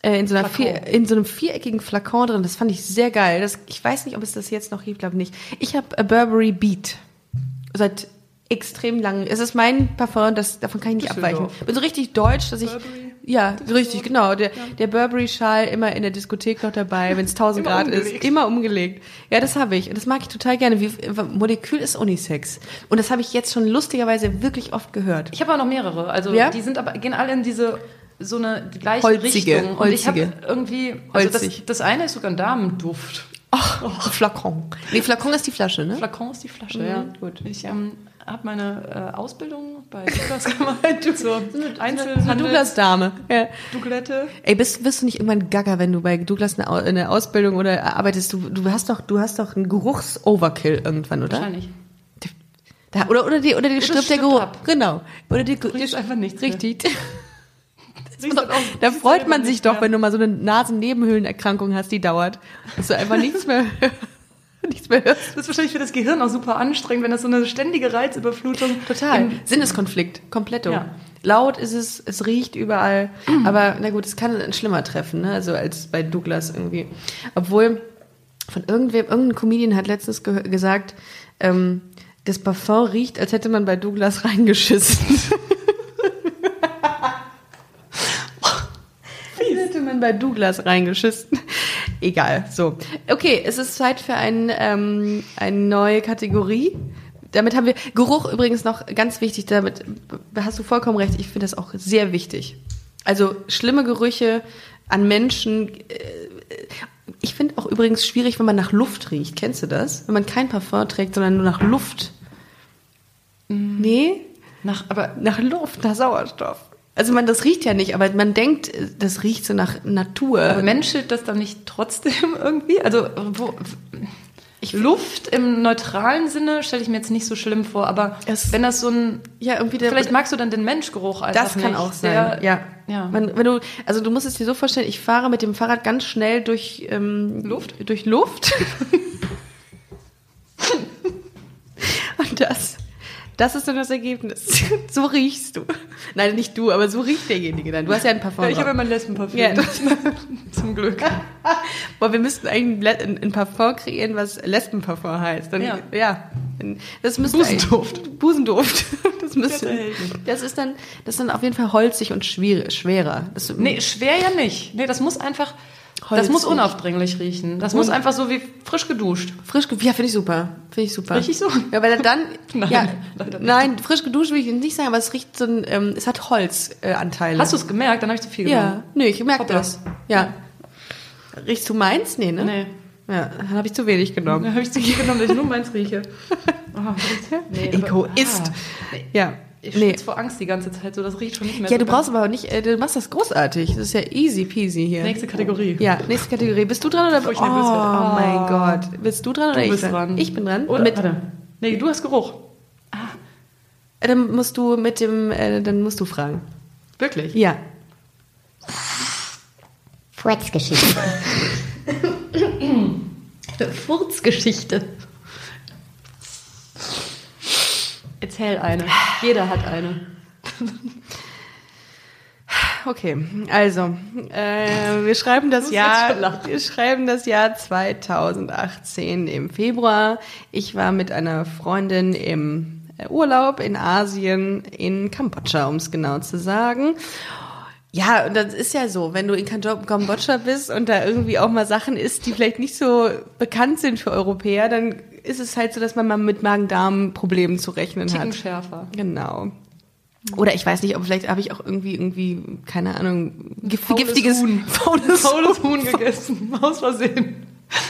äh, in, so einer Flakon. vier, in so einem viereckigen Flakon drin. Das fand ich sehr geil. Das, ich weiß nicht, ob es das jetzt noch gibt, glaube nicht. Ich habe Burberry Beat. Seit extrem lang. Es ist mein Parfum, das, davon kann ich nicht Düsseldorf. abweichen. bin so richtig deutsch, dass ich. Burberry? Ja, richtig, genau. Der, der Burberry-Schal immer in der Diskothek noch dabei, wenn es 1000 Immer Grad umgelegt. ist. Immer umgelegt. Ja, das habe ich. Und das mag ich total gerne. Wie, Molekül ist Unisex. Und das habe ich jetzt schon lustigerweise wirklich oft gehört. Ich habe aber noch mehrere. Also Ja? die sind aber gehen alle in diese so eine die gleiche Holzige, Richtung. Und ich habe holzige. irgendwie. Also das, Holzig. das eine ist sogar ein Damenduft. Ach, Flakon. Nee, Flakon ist die Flasche, ne? Flakon ist die Flasche, Mhm, ja. gut. Ich ähm, habe meine äh, Ausbildung bei Douglas gemacht. zur Einzelhandel, Douglas-Dame. Ja. Douglette. Ey, bist, wirst du nicht irgendwann gaga, wenn du bei Douglas eine, Au- eine Ausbildung oder arbeitest? Du, du hast doch, du hast doch einen Geruchs-Overkill irgendwann, oder? Wahrscheinlich. Da, oder, oder die, oder die das stirbt der stirbt Geruch. ab. Genau. Oder die, die Riechst einfach nichts ne? mehr. Richtig. Riechst halt auch- da riechst freut halt man auch sich nicht doch, mehr. wenn du mal so eine Nasennebenhöhlenerkrankung hast, die dauert. Dass du einfach nichts mehr, nichts mehr hörst. Das ist wahrscheinlich für das Gehirn auch super anstrengend, wenn das so eine ständige Reizüberflutung. Total. im- Sinneskonflikt, um. kompletto. Ja. Laut ist es, es riecht überall. Aber na gut, es kann ein schlimmer treffen, ne? Also als bei Douglas irgendwie. Obwohl, von irgendwem, irgendein Comedian hat letztens gehö- gesagt, ähm, das Parfum riecht, als hätte man bei Douglas reingeschissen. Als hätte man bei Douglas reingeschissen. Egal, so. Okay, es ist Zeit für ein, ähm, eine neue Kategorie. Damit haben wir Geruch übrigens noch ganz wichtig. Damit hast du vollkommen recht. Ich finde das auch sehr wichtig. Also schlimme Gerüche an Menschen. äh, Ich finde auch übrigens schwierig, wenn man nach Luft riecht. Kennst du das? Wenn man kein Parfum trägt, sondern nur nach Luft. Nee? Mm. Nach, aber nach Luft, nach Sauerstoff. Also man, das riecht ja nicht, aber man denkt, das riecht so nach Natur. aber menschelt das dann nicht trotzdem irgendwie? Also wo, Luft im neutralen Sinne stelle ich mir jetzt nicht so schlimm vor, aber Es- wenn das so ein ja, irgendwie der, Vielleicht magst du dann den Menschgeruch einfach das kann nicht. auch sein. Der- ja. ja. Man, wenn du, also du musst es dir so vorstellen, ich fahre mit dem Fahrrad ganz schnell durch ähm, Luft? Durch Luft. Und das, das ist dann das Ergebnis. so riechst du. Nein, nicht du, aber so riecht derjenige dann. Du hast ja ein Parfum. Ja, ich drauf. habe ja mein Lesbenparfüm. Ja. Zum Glück. Boah, wir müssten eigentlich ein, Le- ein Parfum kreieren, was Lesbenparfum heißt. Dann, Ja. ja. Das müsste Busenduft. Busenduft. Das müsste. erhältlich. Das ist dann, das ist dann auf jeden Fall holzig und schwer, schwerer. Das, Nee, schwer ja nicht. Nee, das muss einfach. Das Holzig. muss unaufdringlich riechen. Das muss einfach so wie frisch geduscht. Frisch, ge- ja, finde ich super. Finde ich super. Richtig so? Ja, weil er dann, nein, Nein, ja, leider nicht. nein, frisch geduscht will ich nicht sagen, aber es riecht so ein, ähm, es hat Holzanteile. Äh, Anteile. Hast du es gemerkt? Dann habe ich zu viel Ja, genommen. nee, ich merke Hoppla. das. Ja. Riechst du meins? Nee, ne? Nee. Ja, dann habe ich zu wenig genommen. Dann habe ich zu viel genommen, dass ich nur meins rieche. Oh, Ah. Nee, aber- Egoist. Ja. Ich schwitze vor Angst die ganze Zeit. So, das riecht schon nicht mehr. Ja, so du ganz- brauchst aber nicht, äh, du machst das großartig. Das ist ja easy peasy hier. Nächste Kategorie. Ja, nächste Kategorie. Bist du dran oder Bevor ich oh, nervös werde. Oh. mein Gott. Bist du dran oder Du ich bist dran? dran. Ich bin dran. Oder, mit, warte. Nee, du hast Geruch. äh, dann musst du mit dem, äh, dann musst du fragen. Wirklich? Ja. Furzgeschichte. Furzgeschichte. Erzähl eine. Jeder hat eine. Okay, also äh, wir schreiben das muss jetzt Jahr, schon lachen. wir schreiben das Jahr 2018 im Februar. Ich war mit einer Freundin im äh, Urlaub in Asien, in Kambodscha, um es genau zu sagen. Ja, und das ist ja so, wenn du in Kambo- Kambodscha bist und da irgendwie auch mal Sachen isst, die vielleicht nicht so bekannt sind für Europäer, dann ist es halt so, dass man mal mit Magen-Darm-Problemen zu rechnen hat. Ticken schärfer. Genau. Oder ich weiß nicht, ob vielleicht habe ich auch irgendwie, irgendwie, keine Ahnung, gif Faules giftiges Huhn. Faules, faules Huhn. Huhn gegessen. Aus Versehen.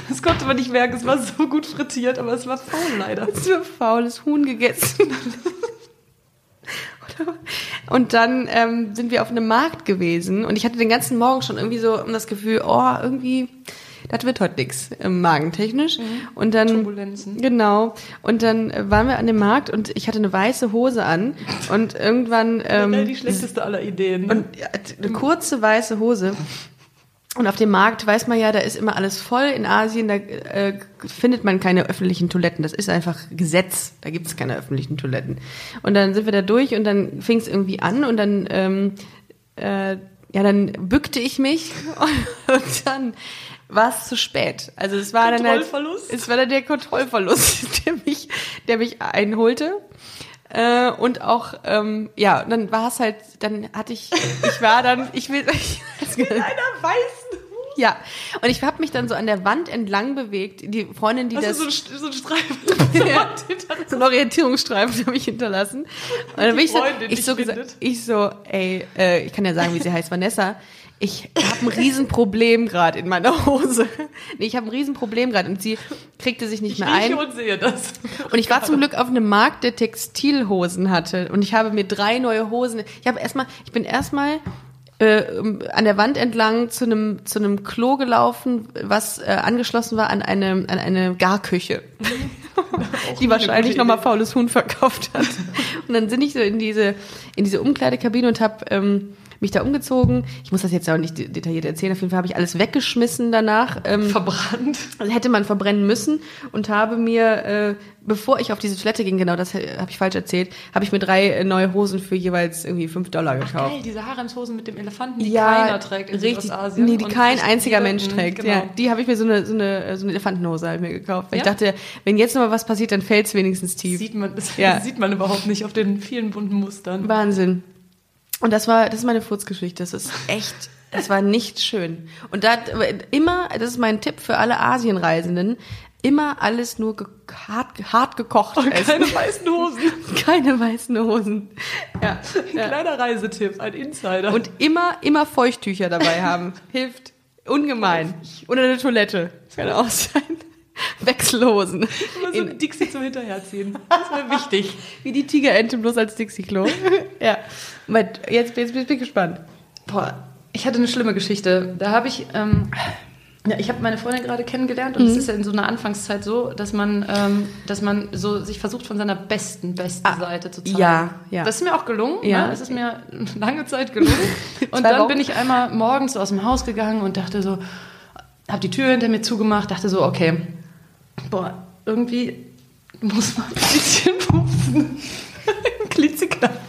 Das konnte man nicht merken. Es war so gut frittiert, aber es war faul leider. Hast du ein faules Huhn gegessen? Oder- und dann ähm, sind wir auf einem Markt gewesen und ich hatte den ganzen Morgen schon irgendwie so das Gefühl, oh, irgendwie, das wird heute nix ähm, magentechnisch. Und dann Turbulenzen. Genau. Und dann äh, waren wir an dem Markt und ich hatte eine weiße Hose an und irgendwann Generell ähm, die schlechteste aller Ideen. ne? Und ja, äh, eine kurze weiße Hose. Und auf dem Markt weiß man ja, da ist immer alles voll. In Asien, da äh, findet man keine öffentlichen Toiletten. Das ist einfach Gesetz. Da gibt es keine öffentlichen Toiletten. Und dann sind wir da durch und dann fing es irgendwie an und dann, ähm, äh, ja, dann bückte ich mich und, dann war es zu spät. Also es war dann halt, Kontrollverlust? es war dann der Kontrollverlust, der mich, der mich einholte. Äh, und auch, ähm, ja, und dann war es halt, dann hatte ich, ich war dann, ich will, ich weiß gar nicht. weißen ja, und ich habe mich dann so an der Wand entlang bewegt. Die Freundin, die Das das ist so ein, St- so ein Streifen. Ja. so einen Orientierungsstreifen habe ich hinterlassen. Und dann bin ich, so, Freundin ich so dich gesagt, findet. ich so, ey, äh, ich kann ja sagen, wie sie heißt, Vanessa. Ich habe ein Riesenproblem gerade in meiner Hose. Nee, ich habe ein Riesenproblem gerade und sie kriegte sich nicht Ich mehr ein. rieche und sehe das. Und ich war zum Glück auf einem Markt, der Textilhosen hatte. Und ich habe mir drei neue Hosen. Ich habe erstmal, ich bin erstmal äh, um, an der Wand entlang zu einem zu einem Klo gelaufen, was äh, angeschlossen war an eine an eine Garküche, die wahrscheinlich gute nochmal faules Huhn verkauft hat. Und dann bin ich so in diese in diese Umkleidekabine und habe ähm, mich da umgezogen. Ich muss das jetzt auch nicht de- detailliert erzählen. Auf jeden Fall habe ich alles weggeschmissen danach. Ähm, Verbrannt. also hätte man verbrennen müssen und habe mir, äh, bevor ich auf diese Toilette ging, genau das he- habe ich falsch erzählt, habe ich mir drei äh, neue Hosen für jeweils irgendwie 5 Dollar gekauft. Geil, diese Haremshosen mit dem Elefanten, die Ja, keiner trägt in richtig, Südostasien. Nee, die Und kein echt einziger jeder- Mensch Mhm, trägt. Genau. Ja, die habe ich mir so eine, so eine, äh, so eine Elefantenhose habe ich mir gekauft. Weil Ja? ich dachte, wenn jetzt nochmal was passiert, dann fällt es wenigstens tief. Sieht man, das Ja. sieht man überhaupt nicht auf den vielen bunten Mustern. Wahnsinn. Und das war, das ist meine Furzgeschichte. Das ist echt, das war nicht schön. Und da immer, das ist mein Tipp für alle Asienreisenden, immer alles nur ge hart, hart gekocht essen. Oh, Keine weißen Hosen. Keine weißen Hosen. Ja. Ein kleiner Reisetipp, ein Insider. Und immer, immer Feuchttücher dabei haben. Hilft. Ungemein. Oder eine Toilette. Kann auch sein. Wechselhosen. immer so In, ein Dixie zum Hinterherziehen. Das wäre wichtig. wie die Tigerente bloß als Dixie-Klo. ja. Aber jetzt, jetzt, bin ich gespannt. Boah, ich hatte eine schlimme Geschichte. Da habe ich, ähm, ja, ich habe meine Freundin gerade kennengelernt und es Mhm. ist ja in so einer Anfangszeit so, dass man, ähm, dass man so sich versucht von seiner besten, besten Seite zu zeigen. Ah, ja, ja. Das ist mir auch gelungen. Ja. Ne? Es ist mir lange Zeit gelungen. und Zwei dann Wochen. bin ich einmal morgens so aus dem Haus gegangen und dachte so, habe die Tür hinter mir zugemacht, dachte so, okay, boah, irgendwie muss man ein bisschen pupsen. Klitzeknapp.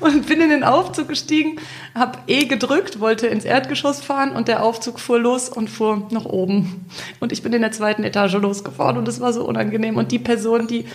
und bin in den Aufzug gestiegen, hab E gedrückt, wollte ins Erdgeschoss fahren und der Aufzug fuhr los und fuhr nach oben. Und ich bin in der zweiten Etage losgefahren und es war so unangenehm. Und die Person, die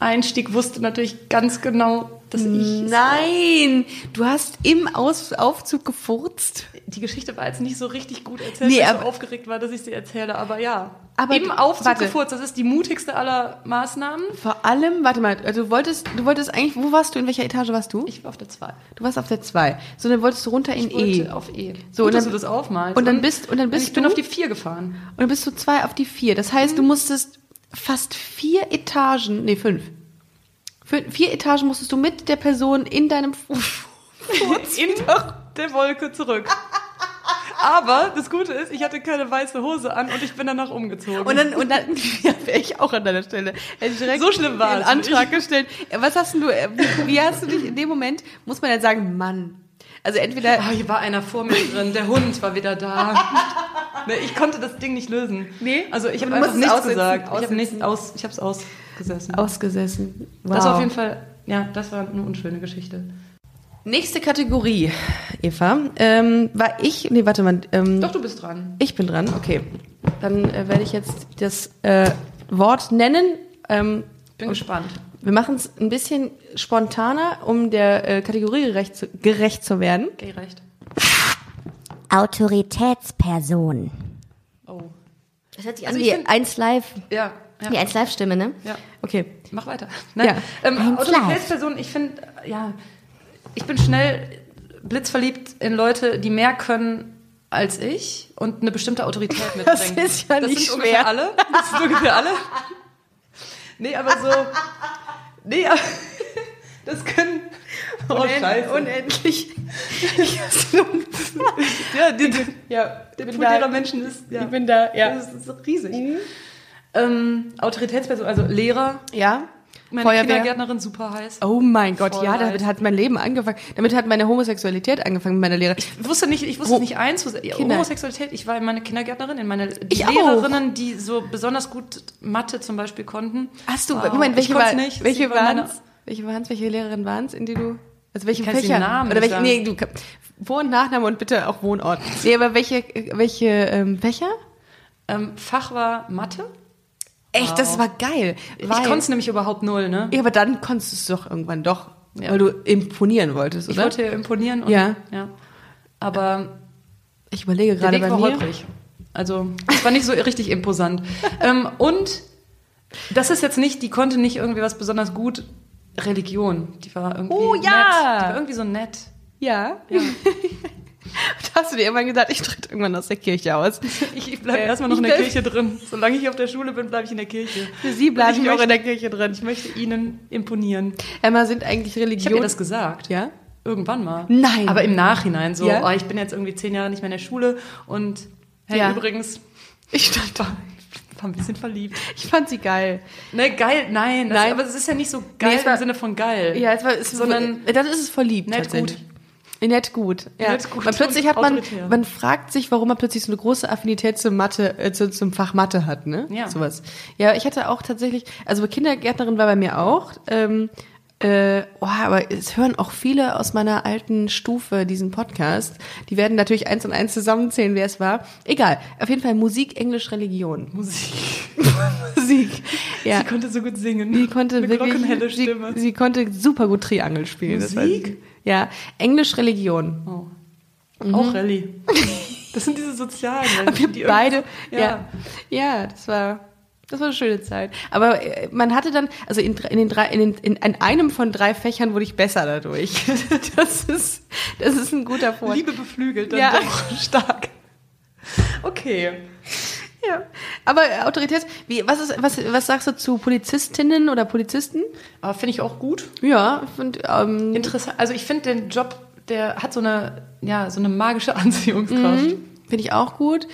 einstieg, wusste natürlich ganz genau, dass ich... Nein! Du hast im Aus Aufzug gefurzt. Die Geschichte war jetzt nicht so richtig gut erzählt, Nee, weil ich so aber- aufgeregt war, dass ich sie erzähle, aber ja. Aber Im du- Aufzug warte. gefurzt, das ist die mutigste aller Maßnahmen. Vor allem, warte mal, also du wolltest, du wolltest eigentlich, wo warst du, in welcher Etage warst du? Ich war auf der 2. du warst auf der 2. So, dann wolltest du runter in Wollte E. Auf E. So, Gut, und dass dann- du das aufmalst. und dann bist- und dann bist ich bin du- auf die 4 gefahren. Und dann bist du zwei auf die vier. Das heißt, Mhm. du musstest fast vier Etagen, nee, fünf. Fün- Vier Etagen musstest du mit der Person in deinem Fuß. in der Wolke zurück. Aber das Gute ist, ich hatte keine weiße Hose an und ich bin danach umgezogen. Und dann, und dann ja, wäre ich auch an deiner Stelle. Hätte ich direkt So schlimm war's einen Antrag gestellt. Äh, Was hast denn du, äh, wie, wie hast du dich in dem Moment, muss man ja sagen, Mann. Also entweder, Ah, hier war einer vor mir drin, der Hund war wieder da. Ne, ich konnte das Ding nicht lösen. Nee? Also ich habe Du musst einfach es nichts aussitzen, gesagt. Ich habe aussitzen. nichts aus, ich habe es ausgesessen. ausgesessen. Wow. Das war auf jeden Fall, ja, das war eine unschöne Geschichte. Nächste Kategorie, Eva. Ähm, war ich, nee, warte mal. Ähm, Doch, du bist dran. Ich bin dran, okay. Dann äh, werde ich jetzt das äh, Wort nennen. Ähm, Bin gespannt. wir machen es ein bisschen spontaner, um der äh, Kategorie gerecht zu, gerecht zu werden. Geh recht. Autoritätsperson. Oh. Das hört sich Also an wie wie find, eins live, Ja, wie ja, eins live Stimme, ne? ja. Okay. Mach weiter. Nein. Ja. Ein Ähm, Autoritätsperson, ich finde, ja, ich bin schnell blitzverliebt in Leute, die mehr können als ich und eine bestimmte Autorität mitbringen. ist ja das nicht schwer. sind ungefähr alle. Das sind ungefähr alle. Nee, aber so. Nee, aber. Das können. Oh, scheiße. Unendlich. ja, die, ja, ich der bin Pool ihrer da. Menschen ist. Ja, Ich bin da, ja. Mhm. Das ist riesig. Ähm, Autoritätsperson, also Lehrer, Ja. meine Feuerwehr. Kindergärtnerin super heiß. Oh mein Gott, Voll ja, leid. damit hat mein Leben angefangen. Damit hat meine Homosexualität angefangen mit meiner Lehre. Ich wusste nicht, ich wusste Ho- nicht einzusetzen. Kinder- Homosexualität, ich war in meiner Kindergärtnerin, in meiner die Ich auch. Lehrerinnen, die so besonders gut Mathe zum Beispiel konnten. Hast du, Wow. Moment, welche, ich war, konnte nicht. welche Sie war waren meine- es? Welche waren es? Welche Lehrerin waren es, in die du, also welche Ich kann jetzt den Fächer? Namen Oder nicht welche, nee, du, Vor- und Nachname und bitte auch Wohnort. Nee, aber welche, welche ähm, Fächer? Ähm, Fach war Mathe. Echt, das war geil. Ich konnte es nämlich überhaupt null, ne? ja, aber dann konntest du es doch irgendwann doch, Ja. weil du imponieren wolltest, Ich oder? wollte ja imponieren. Und, Ja. ja. Aber ich überlege der gerade Weg bei war mir. holprig. Also, es war nicht so richtig imposant. ähm, und das ist jetzt nicht, die konnte nicht irgendwie was besonders gut. Religion, die war irgendwie Oh, ja! nett. Die war irgendwie so nett. Ja. da hast du dir immer gedacht, ich tritt irgendwann aus der Kirche aus. Ich, ich bleibe erstmal noch in Äh, Ich der bleib- Kirche drin. Solange ich auf der Schule bin, bleibe ich in der Kirche. Für sie bleibe Ich ich, auch möchte- in der Kirche drin. Ich möchte Ihnen imponieren. Emma, sind eigentlich Ich habe Religionen... ihr das gesagt. ja? Irgendwann mal. Nein. Aber im Nachhinein so, Ja? oh, ich bin jetzt irgendwie zehn Jahre nicht mehr in der Schule und hey, Ja. übrigens, Ich stand da. ich war ein bisschen verliebt. Ich fand sie geil. Ne, geil, nein. Das, Nein. Aber es ist ja nicht so geil es war- im Sinne von geil. Ja, es war, es Sondern- war, dann ist es verliebt. Nett tatsächlich. Nett gut. Ja. Nett gut man plötzlich hat und man, autoritär. man fragt sich, warum man plötzlich so eine große Affinität zum Mathe, äh, zu, zum Fach Mathe hat, ne? Ja. Sowas. Ja, ich hatte auch tatsächlich, also Kindergärtnerin war bei mir auch. Ähm, äh, oh, aber es hören auch viele aus meiner alten Stufe diesen Podcast. Die werden natürlich eins und eins zusammenzählen, wer es war. Egal. Auf jeden Fall Musik, Englisch, Religion. Musik. Musik. Ja. Sie konnte so gut singen. Sie konnte Eine wirklich, glockenhelle sie, Stimme. sie konnte super gut Triangel spielen. das weiß Musik? ich. ja, Englisch, Religion. oh. Mhm. Auch Rallye. Das sind diese sozialen Menschen, die irgendwie- Beide, ja. ja. ja, das war, das war eine schöne Zeit. Aber äh, man hatte dann, also in, dr- in den drei, in, den, in, in einem von drei Fächern wurde ich besser dadurch. Das ist, das ist ein guter Vorteil. Liebe beflügelt dann Ja. doch stark. Okay. Ja. Aber äh, Autorität, wie, was ist, was, was sagst du zu Polizistinnen oder Polizisten? Aber finde ich auch gut. Ja, und, ähm, Interessant. Also ich finde den Job, der hat so eine, ja, so eine magische Anziehungskraft. Finde ich auch gut.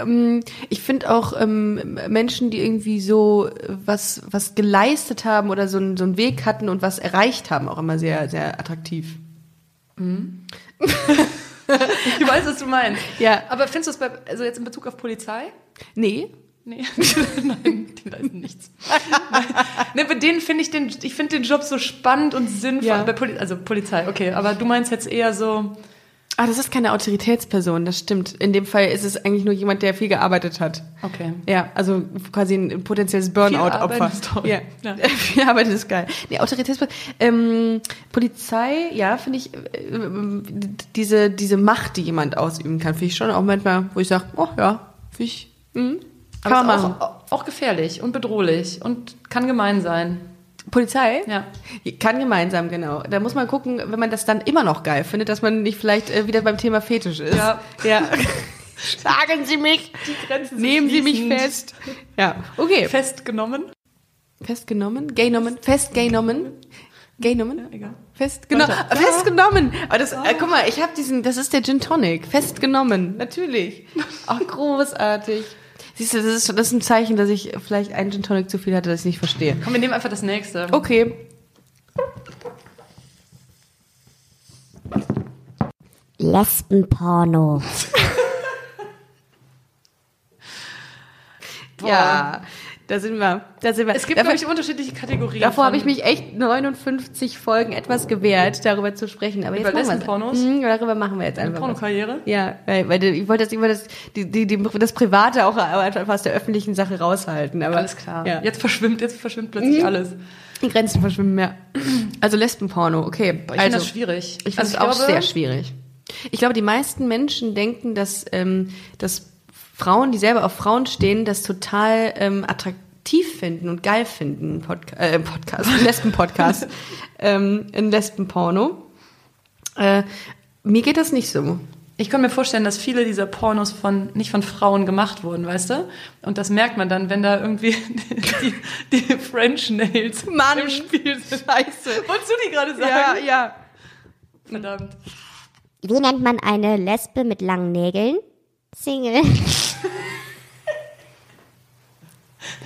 Ähm, ich finde auch ähm, Menschen, die irgendwie so äh, was, was geleistet haben oder so, einen- so einen Weg hatten und was erreicht haben, auch immer sehr, sehr attraktiv. Ich weiß, was du meinst. Ja. Aber findest du es bei, also jetzt in Bezug auf Polizei? Nee. Nee. Nein, die leisten nichts. Nein, bei denen finde ich den, ich finde den Job so spannend und sinnvoll. Ja. Bei Poli also Polizei, okay. Aber du meinst jetzt eher so, Ah, das ist keine Autoritätsperson, das stimmt. In dem Fall ist es eigentlich nur jemand, der viel gearbeitet hat. okay. Ja, also quasi ein, ein potenzielles Viel Burnout-Opfer. arbeiten ist toll. Ja. Ja. Viel Arbeit ist geil. Nee, Autoritätsperson. Ähm, Polizei, ja, finde ich, äh, ähm, diese, diese Macht, die jemand ausüben kann, finde ich schon auch manchmal, wo ich sage, oh ja, finde ich, mhm, kann man Aber es ist machen. Auch, auch gefährlich und bedrohlich und kann gemein sein. Polizei? Ja. Kann gemeinsam, genau. Da muss man gucken, wenn man das dann immer noch geil findet, dass man nicht vielleicht äh, wieder beim Thema Fetisch ist. Ja. ja. Schlagen Sie mich! Grenzen Nehmen Sie mich fest! Ja, okay. Festgenommen. Festgenommen? Gaynommen? Festgaynommen? Gaynommen? Egal. Ah. Festgenommen. Weiter. Ah! Festgenommen. Oh, das, äh, guck mal, ich habe diesen, das ist der Gin Tonic. Festgenommen. Natürlich. Ach, großartig. Siehst du, das ist, das ist ein Zeichen, dass ich vielleicht einen Gin Tonic zu viel hatte, das ich nicht verstehe. Komm, wir nehmen einfach das nächste. Okay. Lesbenporno. Ja. Da sind wir. Da sind wir. Es gibt, Davor- glaube ich, unterschiedliche Kategorien. Davor von- habe ich mich echt 59 Folgen etwas gewehrt, darüber zu sprechen. Aber Über jetzt machen Lesbenpornos? wir Mhm, darüber machen wir jetzt Eine einfach. was. Pornokarriere? Ja, weil, weil ich wollte das, ich wollte das, die, die, die, das Private auch einfach aus der öffentlichen Sache raushalten. Aber Alles klar. Ja. Mhm. Jetzt verschwimmt, jetzt verschwimmt plötzlich alles. Die Grenzen verschwimmen mehr. Also Lesbenporno, okay. Boah, ich also, finde das schwierig. Ich finde Also es auch glaube, sehr schwierig. Ich glaube, die meisten Menschen denken, dass, ähm, dass Frauen, die selber auf Frauen stehen, das total ähm, attraktiv finden und geil finden. Podca äh, Podcast, einen Lesben-Podcast. ähm, ein Lesben-Porno. Äh, mir geht das nicht so. Ich kann mir vorstellen, dass viele dieser Pornos von nicht von Frauen gemacht wurden, weißt du? Und das merkt man dann, wenn da irgendwie die, die French Nails Mann. im Spiel sind. Scheiße. Wolltest du die gerade Ja, sagen? ja. Verdammt. Wie nennt man eine Lesbe mit langen Nägeln? Single.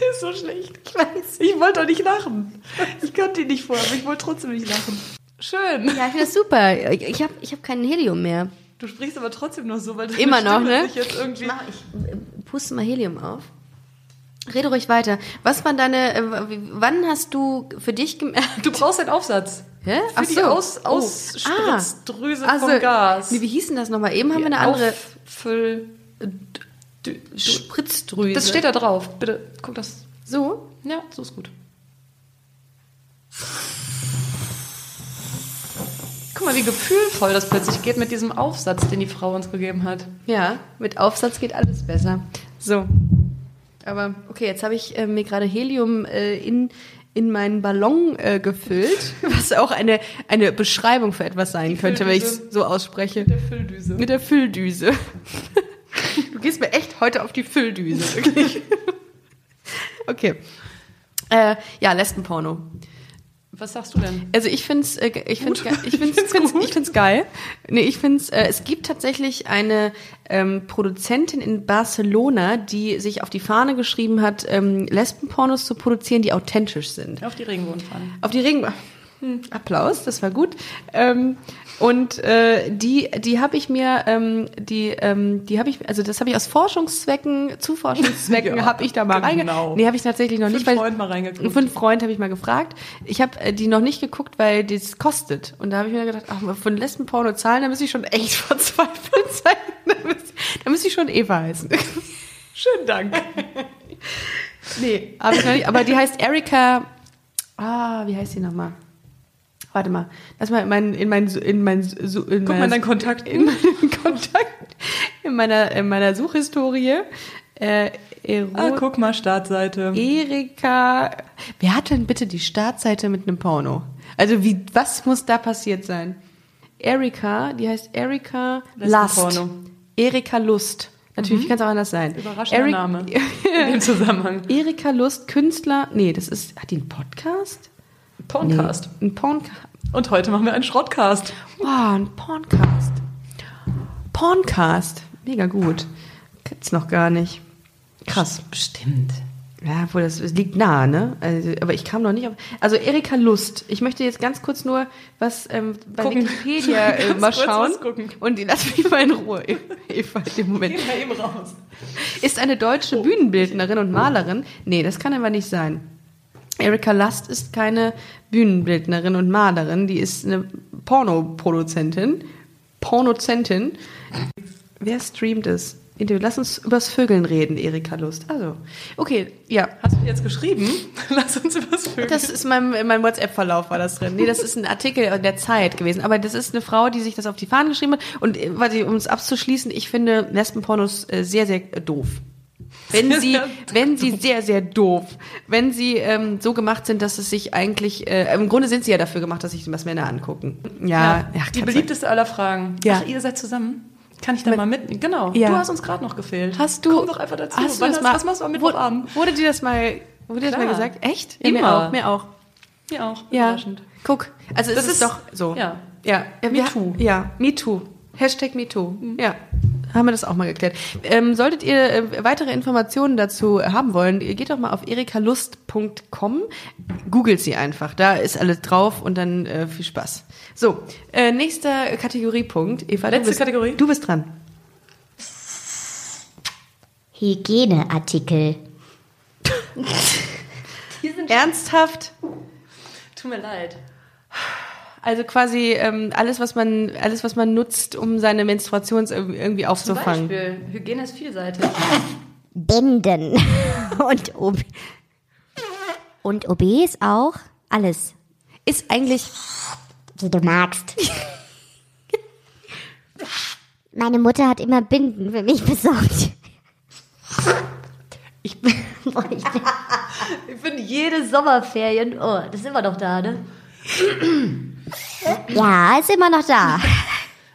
Der ist so schlecht. Ich weiß. Ich wollte doch nicht lachen. Ich konnte ihn nicht vor, aber ich wollte trotzdem nicht lachen. Schön. Ja, ich finde das super. Ich habe ich hab keinen Helium mehr. Du sprichst aber trotzdem noch so, weil deine Immer noch, Stimme ne? sich jetzt irgendwie Puste mal Helium auf. Rede ruhig weiter. Was waren deine, äh, w- wann hast du für dich gemerkt? Du brauchst einen Aufsatz. Hä? Oh. Für die Aus Ausspritzdrüse Ah. vom Gas. Nee, Ah. wie hieß denn das nochmal? Eben haben wir eine andere Auffüll. Spritzdrüse. Das steht da drauf. Bitte guck das. So? Ja, so ist gut. Guck mal, wie gefühlvoll das plötzlich geht mit diesem Aufsatz, den die Frau uns gegeben hat. Ja, mit Aufsatz geht alles besser. So. Aber okay, jetzt habe ich äh, mir gerade Helium äh, in, in meinen Ballon äh, gefüllt, was auch eine, eine Beschreibung für etwas sein könnte, wenn ich es Fülldüse. so ausspreche. Der Fülldüse. Mit der Fülldüse. Du gehst mir echt heute auf die Fülldüse, wirklich. Okay. Äh, ja, Lesbenporno. Was sagst du denn? Also ich find's, äh, ge- ich find's, ge- ich find's, ich find's, ich find's geil. Nee, ich find's, äh, es gibt tatsächlich eine ähm, Produzentin in Barcelona, die sich auf die Fahne geschrieben hat, ähm, Lesbenpornos zu produzieren, die authentisch sind. Auf die Regenbogen fahren. Auf die Regenbogen. Hm, Applaus, das war gut. Ähm, und äh, die, die habe ich mir, ähm, die, ähm, die habe ich, also das habe ich aus Forschungszwecken, zu Forschungszwecken Ja, habe ich da mal genau. reingeguckt. Nee, habe ich tatsächlich noch Für nicht. einen weil- Freund mal reingeguckt. Für einen Freund habe ich mal gefragt. Ich habe äh, die noch nicht geguckt, weil das kostet. Und da habe ich mir gedacht, ach, von Lesbenporno zahlen, da müsste ich schon echt verzweifelt sein. Da müsste, da müsste ich schon Eva heißen. Schönen Dank. Nee, hab ich noch nicht, aber die heißt Erika. Ah, wie heißt sie nochmal? Warte mal. Lass mal in meinen in meinen in meinen so- in Guck mal in meiner, deinen Kontakt. Hm? in meinen Kontakt in meiner in meiner Suchhistorie äh, Ero, Ah, guck mal, Startseite. E. Erika. Wer hat denn bitte die Startseite mit einem Porno? Also wie was muss da passiert sein? Erika, die heißt Erika Last. Lesbenporno. Erika Lust. Natürlich kann's auch anders sein. Mhm. Überraschender Eri- Name. In dem Zusammenhang. Erika Lust, Künstler. Nee, das ist. Hat die einen Podcast? Porncast. Nee, ein Porncast. Und heute machen wir einen Schrottcast. Wow, ein Porncast. Porncast. Mega gut. Gibt's noch gar nicht. Krass. Bestimmt. Ja, obwohl das, das liegt nah, ne? Also, aber ich kam noch nicht auf. Also Erika Lust. Ich möchte jetzt ganz kurz nur was ähm, bei Gucken. Wikipedia äh, Ganz mal kurz schauen. was gucken. Und die lass mich mal in Ruhe. Eva, im Moment. Geh mal eben raus. Ist eine deutsche Bühnenbildnerin und Malerin? Nee, das kann aber nicht sein. Erika Lust ist keine Bühnenbildnerin und Malerin, die ist eine Pornoproduzentin. Pornozentin. Wer streamt es? Interview. Lass uns übers Vögeln reden, Erika Lust. Also, okay, ja. Hast du jetzt geschrieben? Lass uns übers Vögel. Das ist mein, in meinem WhatsApp-Verlauf war das drin. Nee, das ist ein Artikel in der Zeit gewesen. Aber das ist eine Frau, die sich das auf die Fahnen geschrieben hat. Und äh, warte, um es abzuschließen, ich finde Lesbenpornos äh, sehr, sehr äh, doof. Wenn Sehr, sie, sehr wenn sie sehr, sehr doof, wenn sie ähm, so gemacht sind, dass es sich eigentlich, äh, im Grunde sind sie ja dafür gemacht, dass sich was Männer angucken. Ja, ja, die kann sein. beliebteste aller Fragen. Ja. Ach, ihr seid zusammen? Kann ich da mal mit? Genau. Ja. Du hast uns gerade noch gefehlt. Hast du, Komm doch einfach dazu. Hast du Wann das hast- mal, was machst du am Wur- Mittwochabend? Wurde dir das mal, wurde dir das mal Klar. gesagt? Echt? Immer. Mir auch, mir auch. Mir auch. Ja. Überraschend. Guck, also es Das ist, ist- doch so. ja. Mhm. Ja. ja Me wir- too. Ja, MeToo. Hashtag MeToo. Ja. Haben wir das auch mal geklärt. Ähm, solltet ihr äh, weitere Informationen dazu haben wollen, ihr geht doch mal auf erikalust.com, googelt sie einfach, da ist alles drauf und dann äh, viel Spaß. So, äh, nächster Kategoriepunkt. Eva, du Letzte bist, Kategorie. Du bist dran. Hygieneartikel. Ernsthaft? Tut mir leid. Also quasi ähm, alles, was man, alles, was man nutzt, um seine Menstruation irgendwie Zum aufzufangen. Beispiel, Hygiene ist vielseitig. Binden. Und, ob und OBs auch. Alles. Ist eigentlich Wie du magst. Meine Mutter hat immer Binden für mich besorgt. Ich- Ich bin jede Sommerferien. Oh, das sind wir doch da, ne? Ja, ist immer noch da.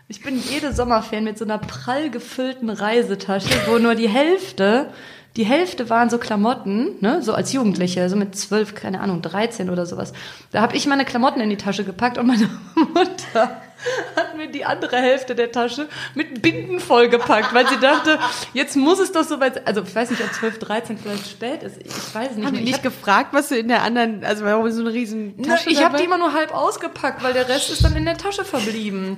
Ich bin jede Sommerferien mit so einer prall gefüllten Reisetasche, wo nur die Hälfte, die Hälfte waren so Klamotten, ne, so als Jugendliche, so mit zwölf, keine Ahnung, 13 oder sowas. Da habe ich meine Klamotten in die Tasche gepackt und meine Mutter hat mir die andere Hälfte der Tasche mit Binden vollgepackt, weil sie dachte, jetzt muss es doch so weit, also ich weiß nicht, ob 12, 13 vielleicht spät ist, ich weiß es nicht. Haben die mehr. Ich nicht hab- gefragt, was du in der anderen, also warum so eine riesen Na, Tasche Ne, ich habe dabei? die immer nur halb ausgepackt, weil der Rest ist dann in der Tasche verblieben.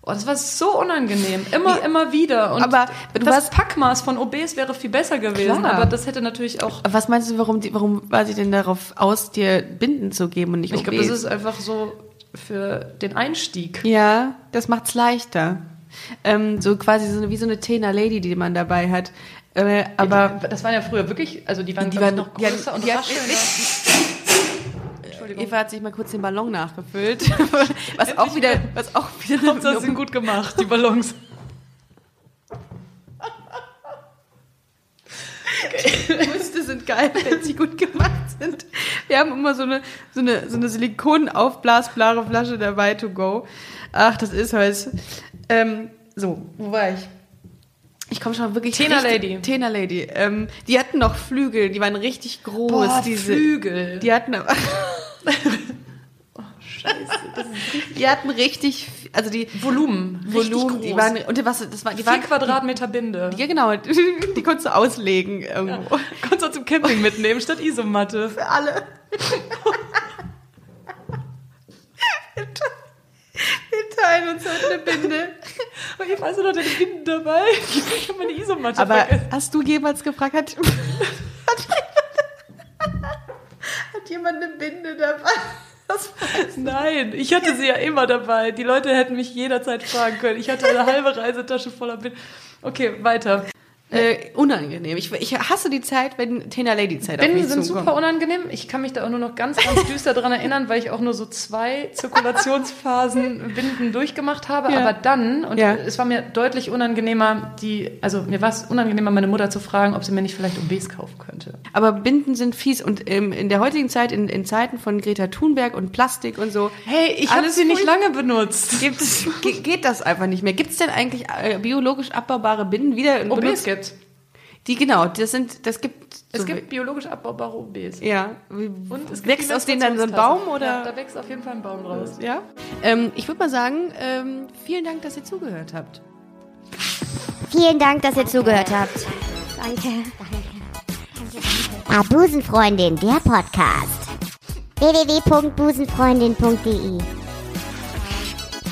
Oh, das war so unangenehm. Immer, immer wieder. Und Aber du das warst- Packmaß von OBs wäre viel besser gewesen, Klar. aber das hätte natürlich auch. Was meinst du, warum, die, warum war sie denn darauf aus, dir Binden zu geben und nicht um Ich glaube, OBs? das ist einfach so für den Einstieg. Ja, das macht's leichter. Ähm, so quasi so eine, wie so eine Tena Lady, die man dabei hat. Äh, aber Das waren ja früher wirklich, also die waren, Die glaub ich, waren- noch ja, größer und die das war hatten- schöner. Entschuldigung. Eva hat sich mal kurz den Ballon nachgefüllt. was, auch wieder, was auch wieder Das sind gut gemacht, die Ballons. Brüste sind geil, wenn sie gut gemacht sind. Wir haben immer so eine, so eine, so eine silikonaufblasbare Flasche dabei to go. Ach, das ist heiß. Ähm, so, wo war ich? Ich komme schon wirklich Tena richtig- Lady. Tena Lady. Ähm, die hatten noch Flügel, die waren richtig groß. Boah, diese, Flügel. Die hatten Oh, aber... Die hatten richtig, also die Volumen, richtig Volumen, die groß. waren und was, das war, die Vier waren Quadratmeter Binde. Oh. ja genau, die konntest du auslegen irgendwo. Konntest du zum Camping mitnehmen, statt Isomatte. alle. Wir teilen uns heute eine Binde. Aber ich weiß noch, deine Binden dabei. Ich habe meine Isomatte Aber vergessen. hast du jemals gefragt, hat, hat, hat jemand eine Binde dabei? Das Nein, ich hatte sie ja immer dabei. Die Leute hätten mich jederzeit fragen können. Ich hatte eine halbe Reisetasche voller Binden. Okay, weiter. äh, unangenehm. Ich, ich hasse die Zeit, wenn Tena Lady Zeit auf Binden mich sind zukommt. super unangenehm. Ich kann mich da auch nur noch ganz, ganz düster dran erinnern, weil ich auch nur so zwei Zirkulationsphasen Binden durchgemacht habe. Ja. Aber dann, und Ja. es war mir deutlich unangenehmer, die, also mir war es unangenehmer, meine Mutter zu fragen, ob sie mir nicht vielleicht OBs kaufen könnte. Aber Binden sind fies und ähm, in der heutigen Zeit, in, in Zeiten von Greta Thunberg und Plastik und so. Hey, ich habe Alles sie nicht furcht- lange benutzt. Gibt es, ge- geht das einfach nicht mehr? Gibt es denn eigentlich äh, biologisch abbaubare Binden wieder? Oh, in Benutz- gibt Die genau, das sind, das gibt. Es so- gibt biologisch abbaubare OBs. Ja. Und es gibt Wächst die aus denen dann so ein Menstruationstasse. Baum, oder? Ja, da wächst auf jeden Fall ein Baum draus. Ja. Ähm, ich würde mal sagen, ähm, vielen Dank, dass ihr zugehört habt. Vielen Dank, dass ihr zugehört habt. Danke. Ah, Busenfreundin, der Podcast. www.busenfreundin.de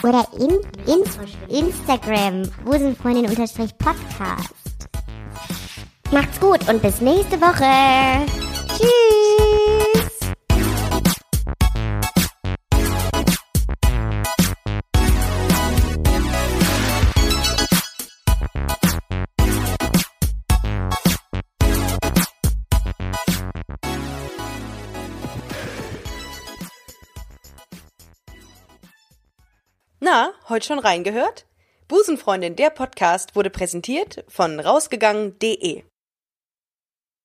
Oder in, in, Instagram, busenfreundin-podcast. Macht's gut und bis nächste Woche. Tschüss. Na, heute schon reingehört? Busenfreundin, der Podcast wurde präsentiert von rausgegangen.de.